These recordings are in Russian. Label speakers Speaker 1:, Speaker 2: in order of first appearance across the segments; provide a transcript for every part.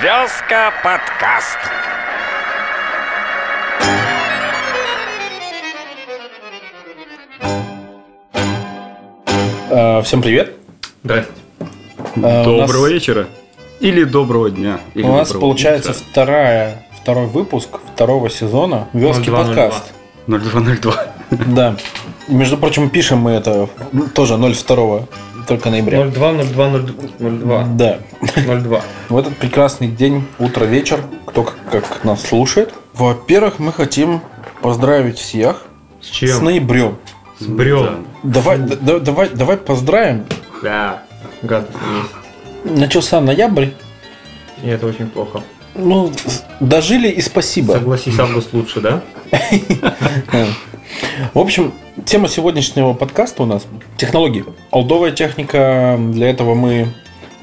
Speaker 1: Сказка подкаст.
Speaker 2: Э, Всем привет.
Speaker 3: Здрасте.
Speaker 2: Э, у нас-
Speaker 3: доброго вечера. Или доброго дня. Или
Speaker 2: У нас
Speaker 3: доброго
Speaker 2: получается
Speaker 3: утра.
Speaker 2: вторая, второй выпуск второго сезона Вёрстки
Speaker 3: 02:02.
Speaker 2: подкаст.
Speaker 3: 0202.
Speaker 2: Да. Между прочим, пишем мы это ну, тоже 02 только ноября.
Speaker 4: 02, 02,
Speaker 2: Да.
Speaker 4: 02, 02.
Speaker 2: В этот прекрасный день, утро, вечер, кто как, как нас слушает. Во-первых, мы хотим поздравить всех
Speaker 4: С
Speaker 2: с
Speaker 4: чем?
Speaker 2: ноябрем.
Speaker 4: С брем.
Speaker 2: Давай, да- да- давай, давай поздравим.
Speaker 4: Да. Гадость есть.
Speaker 2: Начался ноябрь.
Speaker 4: И это очень плохо.
Speaker 2: Ну, с- дожили и спасибо.
Speaker 4: Согласись, август лучше, да?
Speaker 2: В общем, тема сегодняшнего подкаста у нас – технологии. Олдовая техника, для этого мы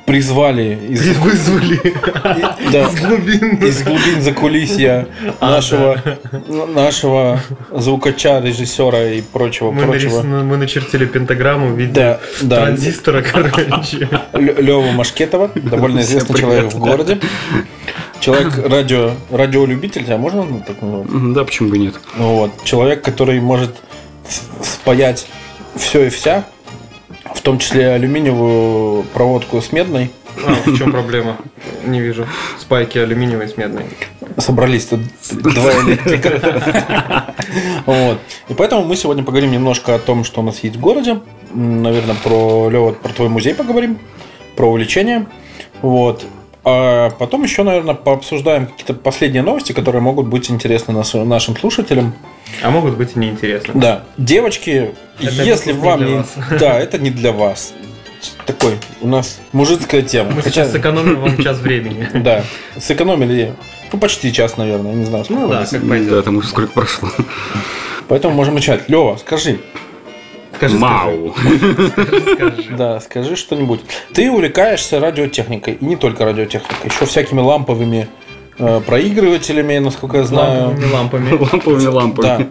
Speaker 2: призвали из,
Speaker 4: Вызвали.
Speaker 2: и- да, из глубин закулисья нашего, нашего звукача, режиссера и прочего,
Speaker 4: Мы,
Speaker 2: прочего.
Speaker 4: нарис- мы начертили пентаграмму в виде
Speaker 2: Да, да,
Speaker 4: транзистора, короче.
Speaker 2: Лева Машкетова, довольно
Speaker 3: Всем
Speaker 2: известный
Speaker 3: привет,
Speaker 2: человек в
Speaker 3: да.
Speaker 2: городе. Человек радио, радиолюбитель, а можно так называть?
Speaker 3: Мгм, Да, почему бы и нет.
Speaker 2: Ну Вот. Человек, который может с- спаять все и вся, в том числе алюминиевую проводку с медной.
Speaker 4: А, в чем проблема? Не вижу. Спайки алюминиевые с медной.
Speaker 2: Собрались тут два электрика. Вот. И поэтому мы сегодня поговорим немножко о том, что у нас есть в городе. М, Наверное, про Лева, про твой музей поговорим, про увлечение. Вот. А потом еще, наверное, пообсуждаем какие-то последние новости, которые могут быть интересны нас- нашим слушателям.
Speaker 4: А могут быть и неинтересны.
Speaker 2: Да, девочки,
Speaker 4: Это
Speaker 2: если
Speaker 4: выпуск
Speaker 2: вам
Speaker 4: не для
Speaker 2: не...
Speaker 4: вас.
Speaker 2: Да, это не для вас. Такой у нас мужицкая тема.
Speaker 4: Мы
Speaker 2: Хотя,
Speaker 4: сейчас сэкономим вам час времени.
Speaker 2: да, сэкономили, ну, почти час, наверное, не знаю, сколько.
Speaker 4: Ну
Speaker 2: у
Speaker 4: да,
Speaker 2: нас.
Speaker 4: как пойдет.
Speaker 3: Да, там уже сколько прошло.
Speaker 2: Поэтому можем начать. Лева, скажи,
Speaker 4: Скажи,
Speaker 3: Мау.
Speaker 4: скажи, скажи.
Speaker 2: да, скажи что-нибудь. Ты увлекаешься радиотехникой, и не только радиотехникой, еще всякими ламповыми э, проигрывателями, насколько я знаю.
Speaker 4: Лампами, лампами.
Speaker 3: Ламповыми
Speaker 2: Да.
Speaker 3: лампами.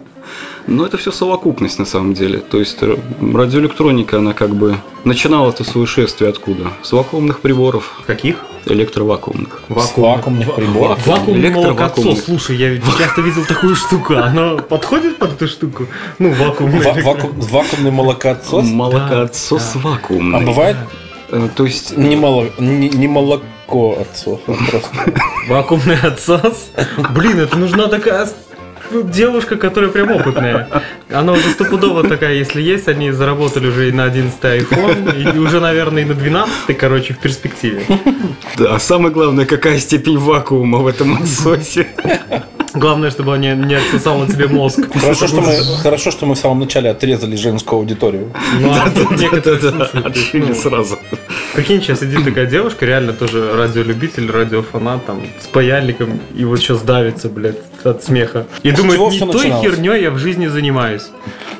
Speaker 3: Но это все совокупность на самом деле. То есть э, радиоэлектроника, она как бы начинала это свое шествие откуда? С вакуумных приборов,
Speaker 4: Каких?
Speaker 3: электровакуумных.
Speaker 2: С вакуумных приборов.
Speaker 4: Вакуумный
Speaker 3: Электровакуумный.
Speaker 4: молокосос, слушай, я ведь часто видел такую штуку. Она подходит под эту штуку? Ну, вакуумный.
Speaker 2: Ва-
Speaker 4: электро-
Speaker 2: вакуум- Вакуумный молокоотсос.
Speaker 3: Молокоотсос
Speaker 4: Да,
Speaker 2: А
Speaker 3: вакуумный.
Speaker 2: бывает
Speaker 3: Э, То есть
Speaker 2: не, моло- не, не молоко отцов, просто.
Speaker 4: Вакуумный отсос. Блин, это нужна такая с- ну, девушка, которая прям опытная. Она уже стопудово такая, если есть, они заработали уже и на 11 iPhone, и уже, наверное, и на 12, короче, в перспективе.
Speaker 3: Да, а самое главное, какая степень вакуума в этом отсосе.
Speaker 4: Главное, чтобы она не, не отсосала тебе мозг.
Speaker 2: Хорошо что, мы, хорошо, что мы в самом начале отрезали женскую аудиторию.
Speaker 4: Ну, а некоторые
Speaker 3: Да-да-да,
Speaker 4: слушают, то есть,
Speaker 3: отшили
Speaker 4: ну,
Speaker 3: сразу.
Speaker 4: Прикинь, сейчас сидит такая девушка, реально тоже радиолюбитель, радиофанат, там, с паяльником, и вот сейчас давится, блядь, от смеха. И
Speaker 2: С
Speaker 4: думает,
Speaker 2: чего
Speaker 4: не
Speaker 2: всё
Speaker 4: той
Speaker 2: начиналось?»
Speaker 4: херней я в жизни занимаюсь.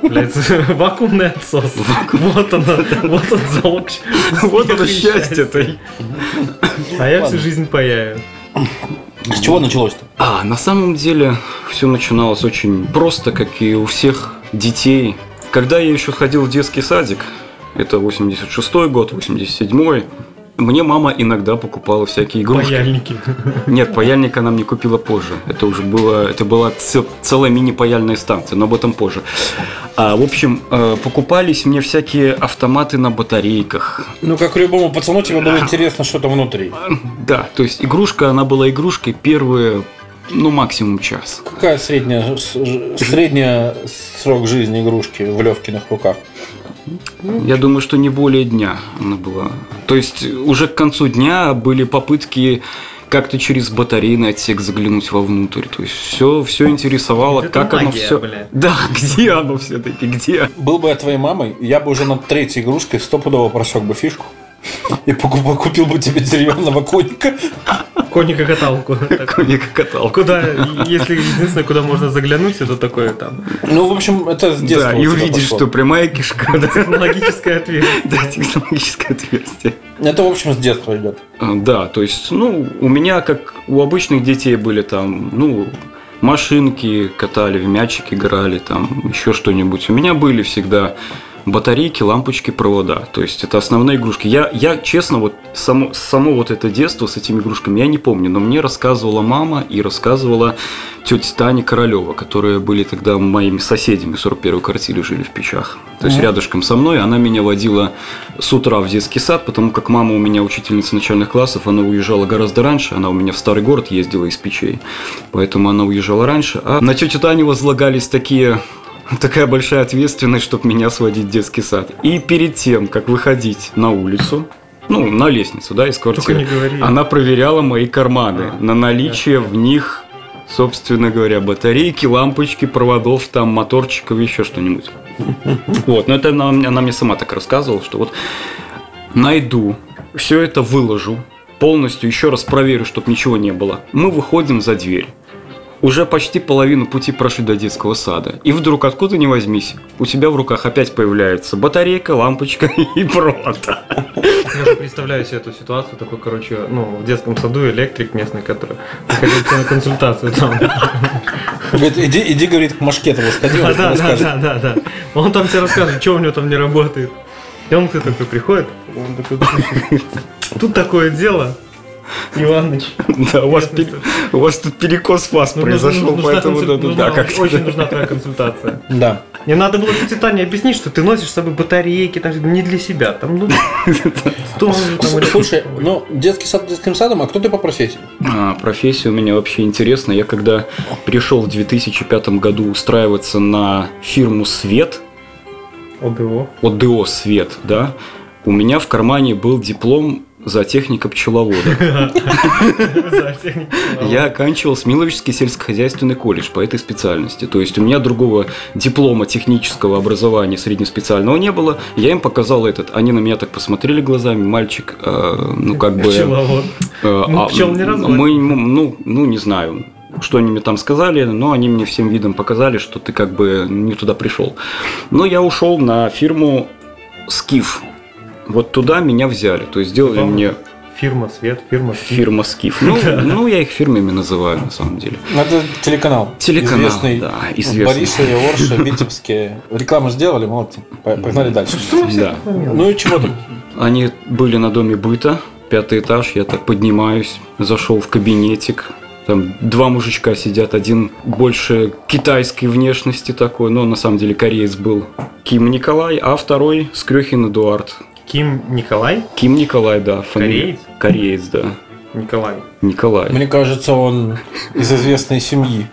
Speaker 4: Блядь, вакуумный отсос. Вот оно, вот он залог.
Speaker 3: Вот
Speaker 4: успеха
Speaker 3: оно
Speaker 4: и
Speaker 3: счастье-то.
Speaker 4: А я
Speaker 2: Ладно.
Speaker 4: всю жизнь паяю.
Speaker 2: С чего началось-то?
Speaker 3: А, на самом деле, все начиналось очень просто, как и у всех детей. Когда я еще ходил в детский садик, это 86-й год, 87-й, мне мама иногда покупала всякие
Speaker 2: Ну,
Speaker 3: игрушки.
Speaker 4: Паяльники.
Speaker 3: Нет, паяльник она мне купила позже. Это уже было, это была цел- целая мини-паяльная станция, но об этом позже. А, в общем, э, покупались мне всякие автоматы на батарейках.
Speaker 2: Ну, как любому пацану, тебе было интересно, что там внутри.
Speaker 3: Да, то есть игрушка, она была игрушкой первые, ну, максимум час.
Speaker 2: Какая средняя, с- ж- средняя срок жизни игрушки в Левкиных руках?
Speaker 3: Я думаю, что не более дня она была. То есть уже к концу дня были попытки как-то через батарейный отсек заглянуть вовнутрь. То есть все, все интересовало,
Speaker 4: Это
Speaker 3: как оно
Speaker 4: магия,
Speaker 3: все.
Speaker 4: бля.
Speaker 3: Да, где оно все-таки, где?
Speaker 2: Был бы я твоей мамой, я бы уже над третьей игрушкой стопудово просек бы фишку. И покупал, купил бы тебе деревянного конника.
Speaker 4: Конника каталку.
Speaker 3: Коника каталка.
Speaker 4: Куда, если единственное, куда можно заглянуть, это такое там
Speaker 2: Ну, в общем, это с детства.
Speaker 3: Да,
Speaker 2: у
Speaker 3: и
Speaker 2: тебя
Speaker 3: увидишь,
Speaker 2: пошло.
Speaker 3: что прямая кишка, да,
Speaker 4: логическое ответ.
Speaker 3: да, технологическое отверстие.
Speaker 2: Это, в общем, с детства идет.
Speaker 3: А, Да, то есть, ну, у меня, как у обычных детей, были там, ну, машинки катали, в мячик играли, там, еще что-нибудь. У меня были всегда батарейки, лампочки, провода. То есть это основные игрушки. Я, я честно, вот само, само вот это детство с этими игрушками я не помню, но мне рассказывала мама и рассказывала тетя Таня Королева, которые были тогда моими соседями, 41-й квартире жили в Печах. То есть
Speaker 2: Мгм.
Speaker 3: рядышком со мной она меня водила с утра в детский сад, потому как мама у меня учительница начальных классов, она уезжала гораздо раньше, она у меня в старый город ездила из Печей, поэтому она уезжала раньше. А на тетю Таню возлагались такие такая большая ответственность, чтобы меня сводить в детский сад. И перед тем, как выходить на улицу, ну, на лестницу, да, из
Speaker 4: Только не
Speaker 3: квартиры,
Speaker 4: говори.
Speaker 3: она проверяла мои карманы
Speaker 4: А,
Speaker 3: на наличие в них, собственно говоря, батарейки, лампочки, проводов, там, моторчиков, еще что-нибудь. Вот, но это она, мне- она мне сама так рассказывала, что вот найду, все это выложу, полностью еще раз проверю, чтобы ничего не было. Мы выходим за дверь. Уже почти половину пути прошли до детского сада. И вдруг, откуда ни возьмись, у тебя в руках опять появляется батарейка, лампочка и провод.
Speaker 4: Я уже представляю себе эту ситуацию, такой, короче, ну, в детском саду электрик местный, который приходил к тебе на консультацию там.
Speaker 2: Говорит, иди, иди, говорит, к Машкетову сходи,
Speaker 4: Да,
Speaker 2: он тебе
Speaker 4: да, да,
Speaker 2: расскажет.
Speaker 4: да, да, да. Он там тебе расскажет, что у него там не работает. И он к тебе такой приходит, он такой, «Слушай, тут такое дело, Иваныч.
Speaker 3: Да, у вас, пере- у вас тут перекос фаз
Speaker 4: Ну,
Speaker 3: произошел,
Speaker 4: нужна
Speaker 3: поэтому
Speaker 4: консуль-
Speaker 3: да, да,
Speaker 4: нужна-
Speaker 3: да, как-то
Speaker 4: Очень
Speaker 3: да.
Speaker 4: нужна твоя консультация.
Speaker 2: Да.
Speaker 4: Не надо было тете Тане объяснить, что ты носишь с собой батарейки, там не для себя, там, ну, стол там, или-
Speaker 2: Слушай, ну, детский сад детским садом, а кто ты по профессии?
Speaker 3: А, профессия у меня вообще интересная. Я когда пришел в 2005 году устраиваться на фирму «Свет»,
Speaker 4: ОГО.
Speaker 3: ОДО «Свет», да, у меня в кармане был диплом за техника пчеловода.
Speaker 4: За технику.
Speaker 3: Я оканчивал Смиловический сельскохозяйственный колледж по этой специальности. То есть у меня другого диплома технического образования среднеспециального не было. Я им показал этот. Они на меня так посмотрели глазами. Мальчик, э, ну как бы...
Speaker 4: Пчеловод.
Speaker 3: э,
Speaker 4: Ну, пчел не разводят.
Speaker 3: Мы, ему, ну, ну, не знаю, что они мне там сказали, но они мне всем видом показали, что ты как бы не туда пришел. Но я ушел на фирму Скиф. Вот туда меня взяли. То есть сделали
Speaker 4: Вам
Speaker 3: мне
Speaker 4: Фирма Свет, фирма Фирма.
Speaker 3: фирма Скиф. Ну, ну, я их фирмами называю на самом деле.
Speaker 2: Ну, Это телеканал.
Speaker 3: Телеканал,
Speaker 2: Известный.
Speaker 3: да, известный.
Speaker 2: Бориса и Орша, Витебские. Рекламу сделали, молодцы. По- Погнали дальше.
Speaker 3: Да.
Speaker 2: Ну и чего там?
Speaker 3: Они были на доме быта, пятый этаж, я так поднимаюсь, зашел в кабинетик, там два мужичка сидят, один больше китайской внешности такой, но на самом деле кореец был Ким Николай, а второй Скрехин Эдуард.
Speaker 4: Ким Николай?
Speaker 3: Ким Николай, да. фамилия. Кореец, да.
Speaker 4: Николай.
Speaker 3: Николай.
Speaker 2: Мне кажется, он из известной семьи.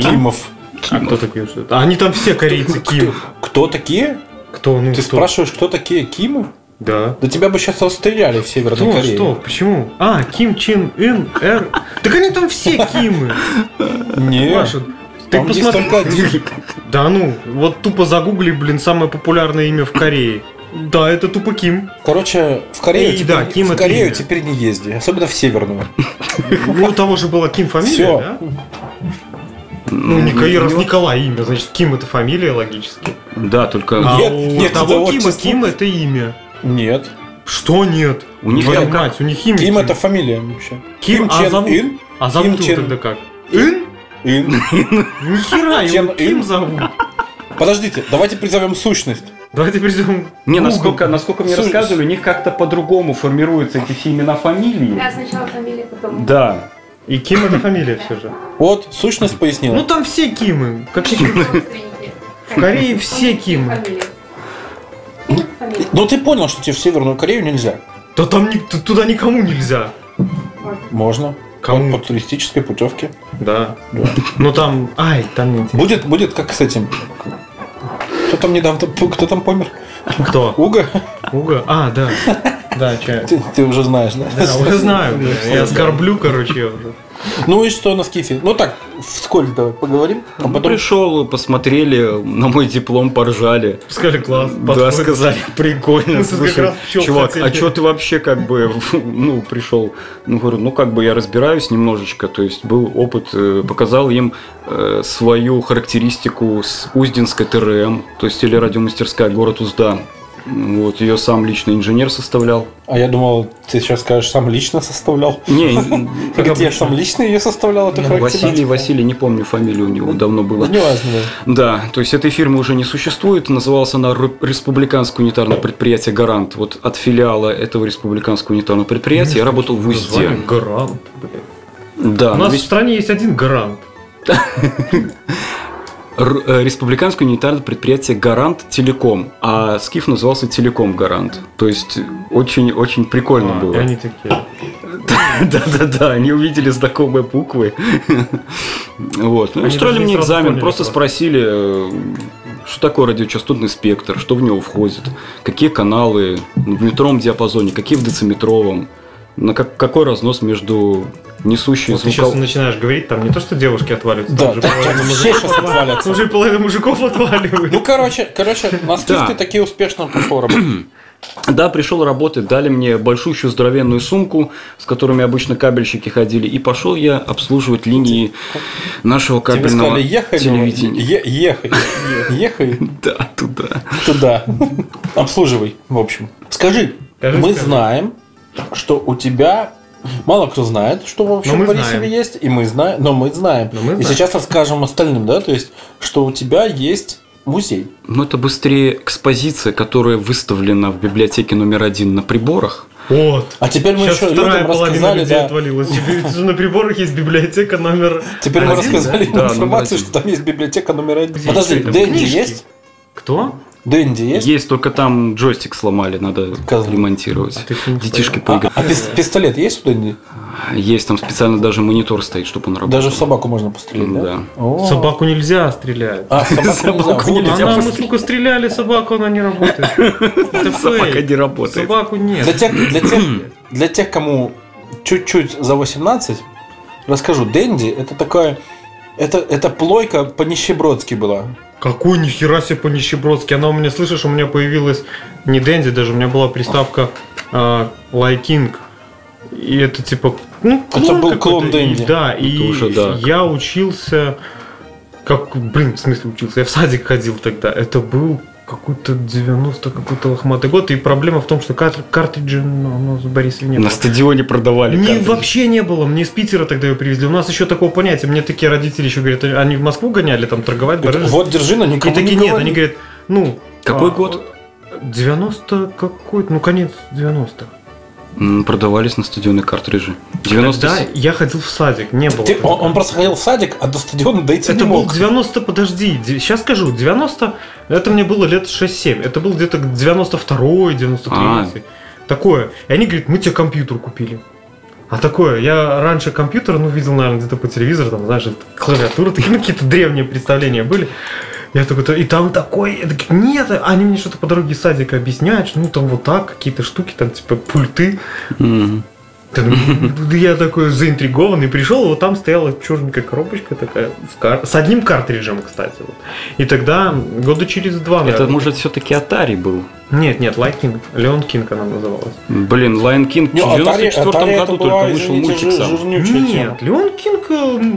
Speaker 2: Кимов.
Speaker 4: А кто такие что это? А Они там все корейцы Ким.
Speaker 2: Кто такие?
Speaker 4: Кто? Ну,
Speaker 2: Ты
Speaker 4: кто?
Speaker 2: спрашиваешь, кто такие Кимы?
Speaker 4: Да.
Speaker 2: Да тебя бы сейчас расстреляли в Северной
Speaker 4: Кто?
Speaker 2: Корее.
Speaker 4: Что? Почему? А, Ким Чин Ин Р. Так они там все Кимы.
Speaker 2: Не,
Speaker 4: Маша, ты
Speaker 2: Э, там есть только
Speaker 4: посмотри.
Speaker 2: один.
Speaker 4: Да ну, вот тупо загугли, блин, самое популярное имя в Корее. Да, это тупо Ким.
Speaker 2: Короче, в Корею,
Speaker 4: И
Speaker 2: теперь,
Speaker 4: да, Ким
Speaker 2: в
Speaker 4: это
Speaker 2: Корею
Speaker 4: имя.
Speaker 2: теперь не езди, особенно в Северную.
Speaker 4: Ну, у того же была Ким фамилия,
Speaker 2: Всё.
Speaker 4: да? Ну, Николай, раз Николай имя, значит, Ким это фамилия логически.
Speaker 3: Да, только
Speaker 4: А
Speaker 2: Нет,
Speaker 4: у
Speaker 2: нет, это
Speaker 4: того Кима,
Speaker 2: отчество.
Speaker 4: Ким это имя.
Speaker 2: Нет.
Speaker 4: Что нет?
Speaker 3: у них
Speaker 4: Твою
Speaker 3: там как-
Speaker 4: мать, у них имя.
Speaker 2: Ким это фамилия вообще.
Speaker 4: Ким, а
Speaker 2: Чен
Speaker 4: зовут?
Speaker 2: Ин?
Speaker 4: А зовут
Speaker 2: Ким
Speaker 4: его
Speaker 2: Чен.
Speaker 4: тогда как? Ин?
Speaker 2: Ин.
Speaker 4: Ни хера, его
Speaker 2: Чен
Speaker 4: Ким
Speaker 2: Ин?
Speaker 4: зовут.
Speaker 2: Подождите, давайте призовем сущность.
Speaker 4: Давайте перейдем.
Speaker 3: Не,
Speaker 4: к
Speaker 3: насколько, насколько мне
Speaker 2: Су-
Speaker 3: рассказывали, у них как-то по-другому формируются эти все имена фамилии.
Speaker 5: Да, сначала фамилия, потом...
Speaker 3: Да.
Speaker 4: Гуглу. И Ким это фамилия все же.
Speaker 2: Вот, сущность пояснила.
Speaker 4: Ну там все Кимы. Как и Ким.
Speaker 5: родственники.
Speaker 4: В Корее все Кимы.
Speaker 5: Фамилия. Ким это фамилия.
Speaker 2: Но Ну, ты понял, что тебе в Северную Корею нельзя.
Speaker 4: Да там ни- т- туда никому нельзя.
Speaker 2: Можно.
Speaker 4: Кому?
Speaker 2: Вот По туристической путевке.
Speaker 4: Да.
Speaker 2: Да.
Speaker 4: Ну там, ай, там нет.
Speaker 2: Будет, будет как с этим. Кто там недавно, кто там помер?
Speaker 4: Кто?
Speaker 2: Уга?
Speaker 4: Уга? А, да. Да, чай.
Speaker 2: Ты, ты уже знаешь, да?
Speaker 4: Да, уже знаю. бля, Я оскорблю, короче. его.
Speaker 2: Ну и что на скифе? Ну так, вскользь давай поговорим, а
Speaker 3: Ну,
Speaker 2: потом
Speaker 3: Пришел, посмотрели, на мой диплом поржали.
Speaker 4: Сказали, класс.
Speaker 3: Да,
Speaker 4: подходит.
Speaker 3: сказали,
Speaker 4: Мы
Speaker 3: прикольно.
Speaker 4: тут как
Speaker 3: слушай,
Speaker 4: раз пчел
Speaker 3: чувак,
Speaker 4: хотели.
Speaker 3: а что ты вообще как бы, ну, пришел? Ну, говорю, ну, как бы я разбираюсь немножечко, то есть был опыт, э, показал им э, свою характеристику с Уздинской ТРМ, то есть телерадиомастерская, город Узда. Вот, ее сам лично инженер составлял.
Speaker 2: А я думал, ты сейчас скажешь, сам лично составлял.
Speaker 3: Не, ин-
Speaker 2: Я говорю, я сам лично ее составлял, эту
Speaker 3: ну, Василий,
Speaker 2: характеристику.
Speaker 3: Василий, не помню фамилию у него, давно было.
Speaker 2: Не важно.
Speaker 3: Да, то есть этой фирмы уже не существует. Называлась она Ру- Республиканское унитарное предприятие «Гарант». Вот от филиала этого республиканского унитарного предприятия я работал в УЗДе.
Speaker 4: Название Гарант, блин.
Speaker 3: Да,
Speaker 4: У
Speaker 3: но
Speaker 4: нас в
Speaker 3: ведь
Speaker 4: стране есть один гарант.
Speaker 3: Р- э, Республиканское унитарное предприятие «Гарант Телеком», а Скиф назывался «Телеком Гарант». То есть очень-очень прикольно
Speaker 4: А, и
Speaker 3: было.
Speaker 4: они такие.
Speaker 3: Да-да-да, они увидели знакомые буквы. Вот. Ну,
Speaker 4: Они
Speaker 3: Устроили
Speaker 4: даже не
Speaker 3: мне
Speaker 4: сразу
Speaker 3: экзамен,
Speaker 4: поняли,
Speaker 3: просто
Speaker 4: что-
Speaker 3: спросили, э, что такое радиочастотный спектр, что в него входит, какие каналы в метровом диапазоне, какие в дециметровом, на как- какой разнос между несущей
Speaker 4: Вот ты сейчас
Speaker 3: звуков...
Speaker 4: начинаешь говорить, там не то, что девушки отваливаются,
Speaker 2: Да,
Speaker 4: там же
Speaker 2: да,
Speaker 4: половина
Speaker 2: да,
Speaker 4: мужиков
Speaker 2: все сейчас
Speaker 4: отваливается.
Speaker 2: отвалятся.
Speaker 4: Уже половина мужиков
Speaker 2: Ну,
Speaker 4: отваливает.
Speaker 2: короче, короче, на скиф
Speaker 3: Да.
Speaker 2: ты такие успешно пришел работать.
Speaker 3: Да, пришел работать, дали мне большущую здоровенную сумку, с которыми обычно кабельщики ходили, и пошел я обслуживать линии
Speaker 4: Типа.
Speaker 3: нашего
Speaker 2: Тебе
Speaker 3: кабельного
Speaker 2: сказали, ехай,
Speaker 3: телевидения.
Speaker 2: е- ехай, ехай
Speaker 3: Да, туда.
Speaker 2: туда. Обслуживай, в общем. Скажи,
Speaker 4: Скажи,
Speaker 2: мы
Speaker 4: скажи.
Speaker 2: знаем, что у тебя Мало кто знает, что вообще
Speaker 4: Но
Speaker 2: в
Speaker 4: мы
Speaker 2: Борисове
Speaker 4: знаем.
Speaker 2: есть, и мы знаем, но мы знаем.
Speaker 4: Но мы
Speaker 2: И
Speaker 4: знаем.
Speaker 2: сейчас расскажем остальным, да, то есть, что у тебя есть музей.
Speaker 3: Ну, это быстрее экспозиция, которая выставлена в библиотеке номер один на приборах.
Speaker 4: Вот.
Speaker 2: А теперь мы
Speaker 4: Сейчас
Speaker 2: еще
Speaker 4: вторая
Speaker 2: людям
Speaker 4: половина
Speaker 2: рассказали,
Speaker 4: людей
Speaker 2: да,
Speaker 4: отвалилась. Теперь же на приборах есть библиотека номер...
Speaker 2: теперь мы
Speaker 4: один, ну,
Speaker 2: рассказали им
Speaker 3: да? Да,
Speaker 2: информацию,
Speaker 3: номер один.
Speaker 2: что там есть библиотека номер один.
Speaker 4: Где
Speaker 2: Подожди,
Speaker 4: еще там
Speaker 2: Дэнди
Speaker 4: книжки?
Speaker 2: есть?
Speaker 4: Кто?
Speaker 2: Дэнди
Speaker 3: Есть,
Speaker 2: есть?
Speaker 3: только там джойстик сломали, надо
Speaker 2: Козлы.
Speaker 3: ремонтировать.
Speaker 4: ты что, не
Speaker 3: Детишки
Speaker 2: А,
Speaker 3: поиграют.
Speaker 2: а пис- пистолет есть у Дэнди?
Speaker 3: Есть там специально даже монитор стоит, чтобы он работал.
Speaker 2: Даже в собаку можно пострелять, да?
Speaker 3: Да.
Speaker 2: О.
Speaker 4: Собаку нельзя стрелять.
Speaker 2: А, в собаку нельзя,
Speaker 3: Собаку
Speaker 2: в нее
Speaker 3: нельзя
Speaker 2: нельзя
Speaker 4: Она, мы,
Speaker 2: пострелять.
Speaker 4: сука, стреляли собаку, она не работает. Это
Speaker 3: Собака
Speaker 4: фейк.
Speaker 3: не работает.
Speaker 4: Собаку
Speaker 2: Для
Speaker 4: нет.
Speaker 2: тех, для тех, для тех, кому чуть-чуть за 18, расскажу. Дэнди это такая... Это, это плойка по-нищебродски была.
Speaker 4: Какой нихера себе по-нищебродски. Она у меня, слышишь, у меня появилась не Дэнди даже, у меня была приставка э, Лайкинг. И это типа... Ну,
Speaker 2: Это был
Speaker 4: какой-то.
Speaker 2: клон
Speaker 4: И
Speaker 2: Дэнди.
Speaker 4: да, и
Speaker 3: уже да.
Speaker 4: я учился... Как, блин, в смысле учился? Я в садик ходил тогда. Это был какой-то 90 какой-то лохматый год. И проблема в том, что кар- картриджи ну, у нас в Борисове не
Speaker 3: На
Speaker 4: было.
Speaker 3: стадионе продавали.
Speaker 4: Не,
Speaker 3: картриджи.
Speaker 4: вообще не было. Мне из Питера тогда ее привезли. У нас еще такого понятия. Мне такие родители еще говорят, они в Москву гоняли, там торговать, барыжить.
Speaker 2: Вот держи, но
Speaker 4: И
Speaker 2: никому
Speaker 4: такие
Speaker 2: не
Speaker 4: нет,
Speaker 2: говори.
Speaker 4: они говорят, ну...
Speaker 3: Какой
Speaker 4: а,
Speaker 3: год?
Speaker 4: 90 какой-то, ну конец 90-х.
Speaker 3: М, Продавались на стадионе картриджи. 90
Speaker 4: Да, я ходил в садик, не было.
Speaker 2: Ты-
Speaker 4: тогда.
Speaker 2: он, он просто ходил в садик, а до стадиона дойти
Speaker 4: Это
Speaker 2: не
Speaker 4: был
Speaker 2: мог.
Speaker 4: 90, подожди, сейчас скажу, 90, это мне было лет 6-7, это был где-то 92-й, 93
Speaker 3: А.
Speaker 4: такое. И они говорят, мы тебе компьютер купили. А такое, я раньше компьютер, ну, видел, наверное, где-то по телевизору, там, знаешь, клавиатура, такие, ну, какие-то древние представления были. Я такой, «Да, и там такой, я такой, нет, они мне что-то по дороге из садика объясняют, что, ну, там вот так, какие-то штуки, там, типа, пульты.
Speaker 3: Мгм.
Speaker 4: Да ну, Я такой заинтригованный пришел, вот там стояла черненькая коробочка такая с, кар- с одним картриджем, кстати. вот. И тогда года через два.
Speaker 3: Это,
Speaker 4: наверное,
Speaker 3: может, все-таки Atari был.
Speaker 4: Нет, нет, Лайкинг, Леон Кинг она называлась.
Speaker 3: Блин, Lion King в
Speaker 2: Не, Atari,
Speaker 3: 94
Speaker 2: Atari это
Speaker 3: году
Speaker 2: была,
Speaker 3: только вышел
Speaker 2: извините,
Speaker 3: мультик
Speaker 2: жир-
Speaker 3: сам.
Speaker 2: жирнючая тема.
Speaker 4: Нет, Леон Кинг, э,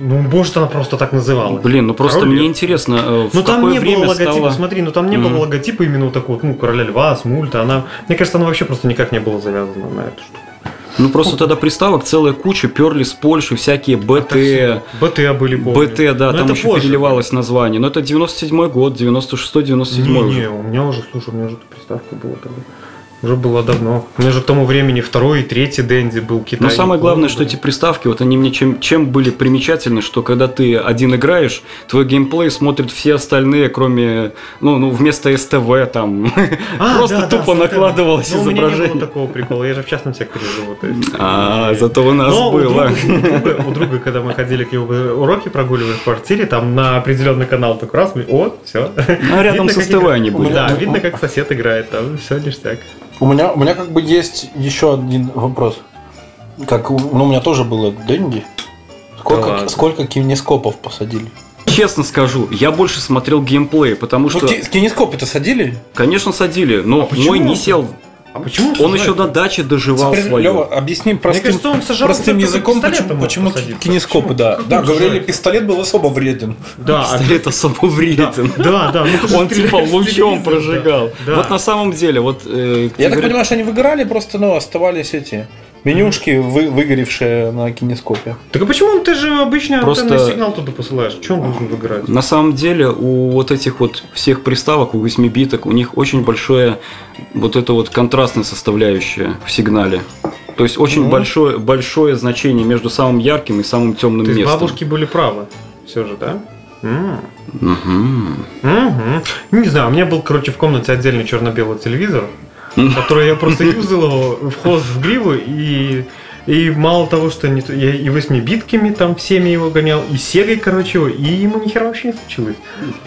Speaker 4: ну может она просто так называлась.
Speaker 3: Блин, ну просто
Speaker 4: Король
Speaker 3: мне
Speaker 4: Лев.
Speaker 3: интересно, э, в
Speaker 4: Ну там
Speaker 3: какое
Speaker 4: не было
Speaker 3: время
Speaker 4: логотипа,
Speaker 3: стало...
Speaker 4: смотри, ну там не
Speaker 3: Мгм.
Speaker 4: было логотипа именно вот такого, ну, Короля Льва, Смульта, она, мне кажется, она вообще просто никак не была завязана на эту штуку.
Speaker 3: Ну просто тогда приставок целая куча, перли с Польши,
Speaker 4: А
Speaker 3: всякие БТ,
Speaker 4: БТ А были помню.
Speaker 3: БТ, да,
Speaker 4: Но
Speaker 3: там
Speaker 4: это
Speaker 3: еще
Speaker 4: позже.
Speaker 3: переливалось название. Но это 97-й год, 96-й, 97-й
Speaker 4: Не, не,
Speaker 3: уже.
Speaker 4: у меня уже, слушай, у меня уже эта приставка была тогда. Уже было давно. У меня же к тому времени второй и третий Дэнди был китайский.
Speaker 3: Но Ну, самое главное, что типа эти приставки, вот они мне чем, чем были примечательны, что когда ты один играешь, твой геймплей смотрят все остальные, кроме, ну, ну вместо СТВ там.
Speaker 4: А,
Speaker 3: просто
Speaker 4: да, да,
Speaker 3: тупо
Speaker 4: с вот этого.
Speaker 3: накладывалось
Speaker 4: Ну, У меня не
Speaker 3: изображение.
Speaker 4: было такого прикола, я же в частном секторе живу. то есть.
Speaker 3: А, зато у нас
Speaker 4: Но у
Speaker 3: было.
Speaker 4: друга- у друга- У друга, когда мы ходили к его уроки прогуливали в квартире, там на определенный канал только раз, мы- о, все.
Speaker 3: А рядом с СТВ они были.
Speaker 4: Да, видно, как сосед играет, там все ништяк.
Speaker 2: У меня, у меня как бы есть еще один вопрос. Как, у- ну, у меня тоже было Дэнди. Сколько,
Speaker 4: ладно.
Speaker 2: сколько кинескопов посадили?
Speaker 3: Честно скажу, я больше смотрел геймплей, потому
Speaker 2: Ну,
Speaker 3: что,
Speaker 2: ки- кинескопы-то садили?
Speaker 3: конечно, садили, но
Speaker 4: А почему?
Speaker 3: мой не сел
Speaker 4: А почему
Speaker 3: Он еще на даче доживал
Speaker 2: Теперь,
Speaker 3: свое.
Speaker 2: Лёва, объясни простым,
Speaker 4: кажется, он сажал
Speaker 2: простым
Speaker 4: вот этот
Speaker 2: языком,
Speaker 4: пистолет
Speaker 2: почему,
Speaker 4: ему
Speaker 2: почему
Speaker 4: посадить.
Speaker 2: кинескопы, да. Да,
Speaker 4: Ну,
Speaker 2: говорили,
Speaker 4: жаль.
Speaker 2: пистолет был особо вреден.
Speaker 4: Да, а-
Speaker 3: Пистолет особо вреден.
Speaker 4: да, да. ну ты же
Speaker 3: Он типа
Speaker 4: стреляешь в телевизор,
Speaker 3: лучом прожигал.
Speaker 4: да,
Speaker 3: Вот
Speaker 4: да.
Speaker 3: на самом деле, вот... э,
Speaker 2: Я так
Speaker 3: говорят,
Speaker 2: понимаю, что они выгорали, просто ну, оставались эти менюшки, вы- выгоревшие на кинескопе.
Speaker 4: Так а почему он- ты же обычно
Speaker 3: Просто- Ну,
Speaker 4: антенный сигнал туда посылаешь? Чем он должен выиграть?
Speaker 3: На самом деле у вот этих вот всех приставок, у 8 биток, у них очень большое вот это вот контрастная составляющая в сигнале. То есть очень
Speaker 2: Ну.
Speaker 3: большое, большое значение между самым ярким и самым темным
Speaker 4: То есть
Speaker 3: местом.
Speaker 4: бабушки были правы. Все же, да? М.
Speaker 3: Мгм.
Speaker 4: Мгм. Не знаю, у меня был, короче, в комнате отдельный черно-белый телевизор, который я просто юзал его в хвост в гриву и... И мало того, что не то- я и восьмибитками там всеми его гонял, и Сегой, короче, его, и ему нихера вообще не случилось.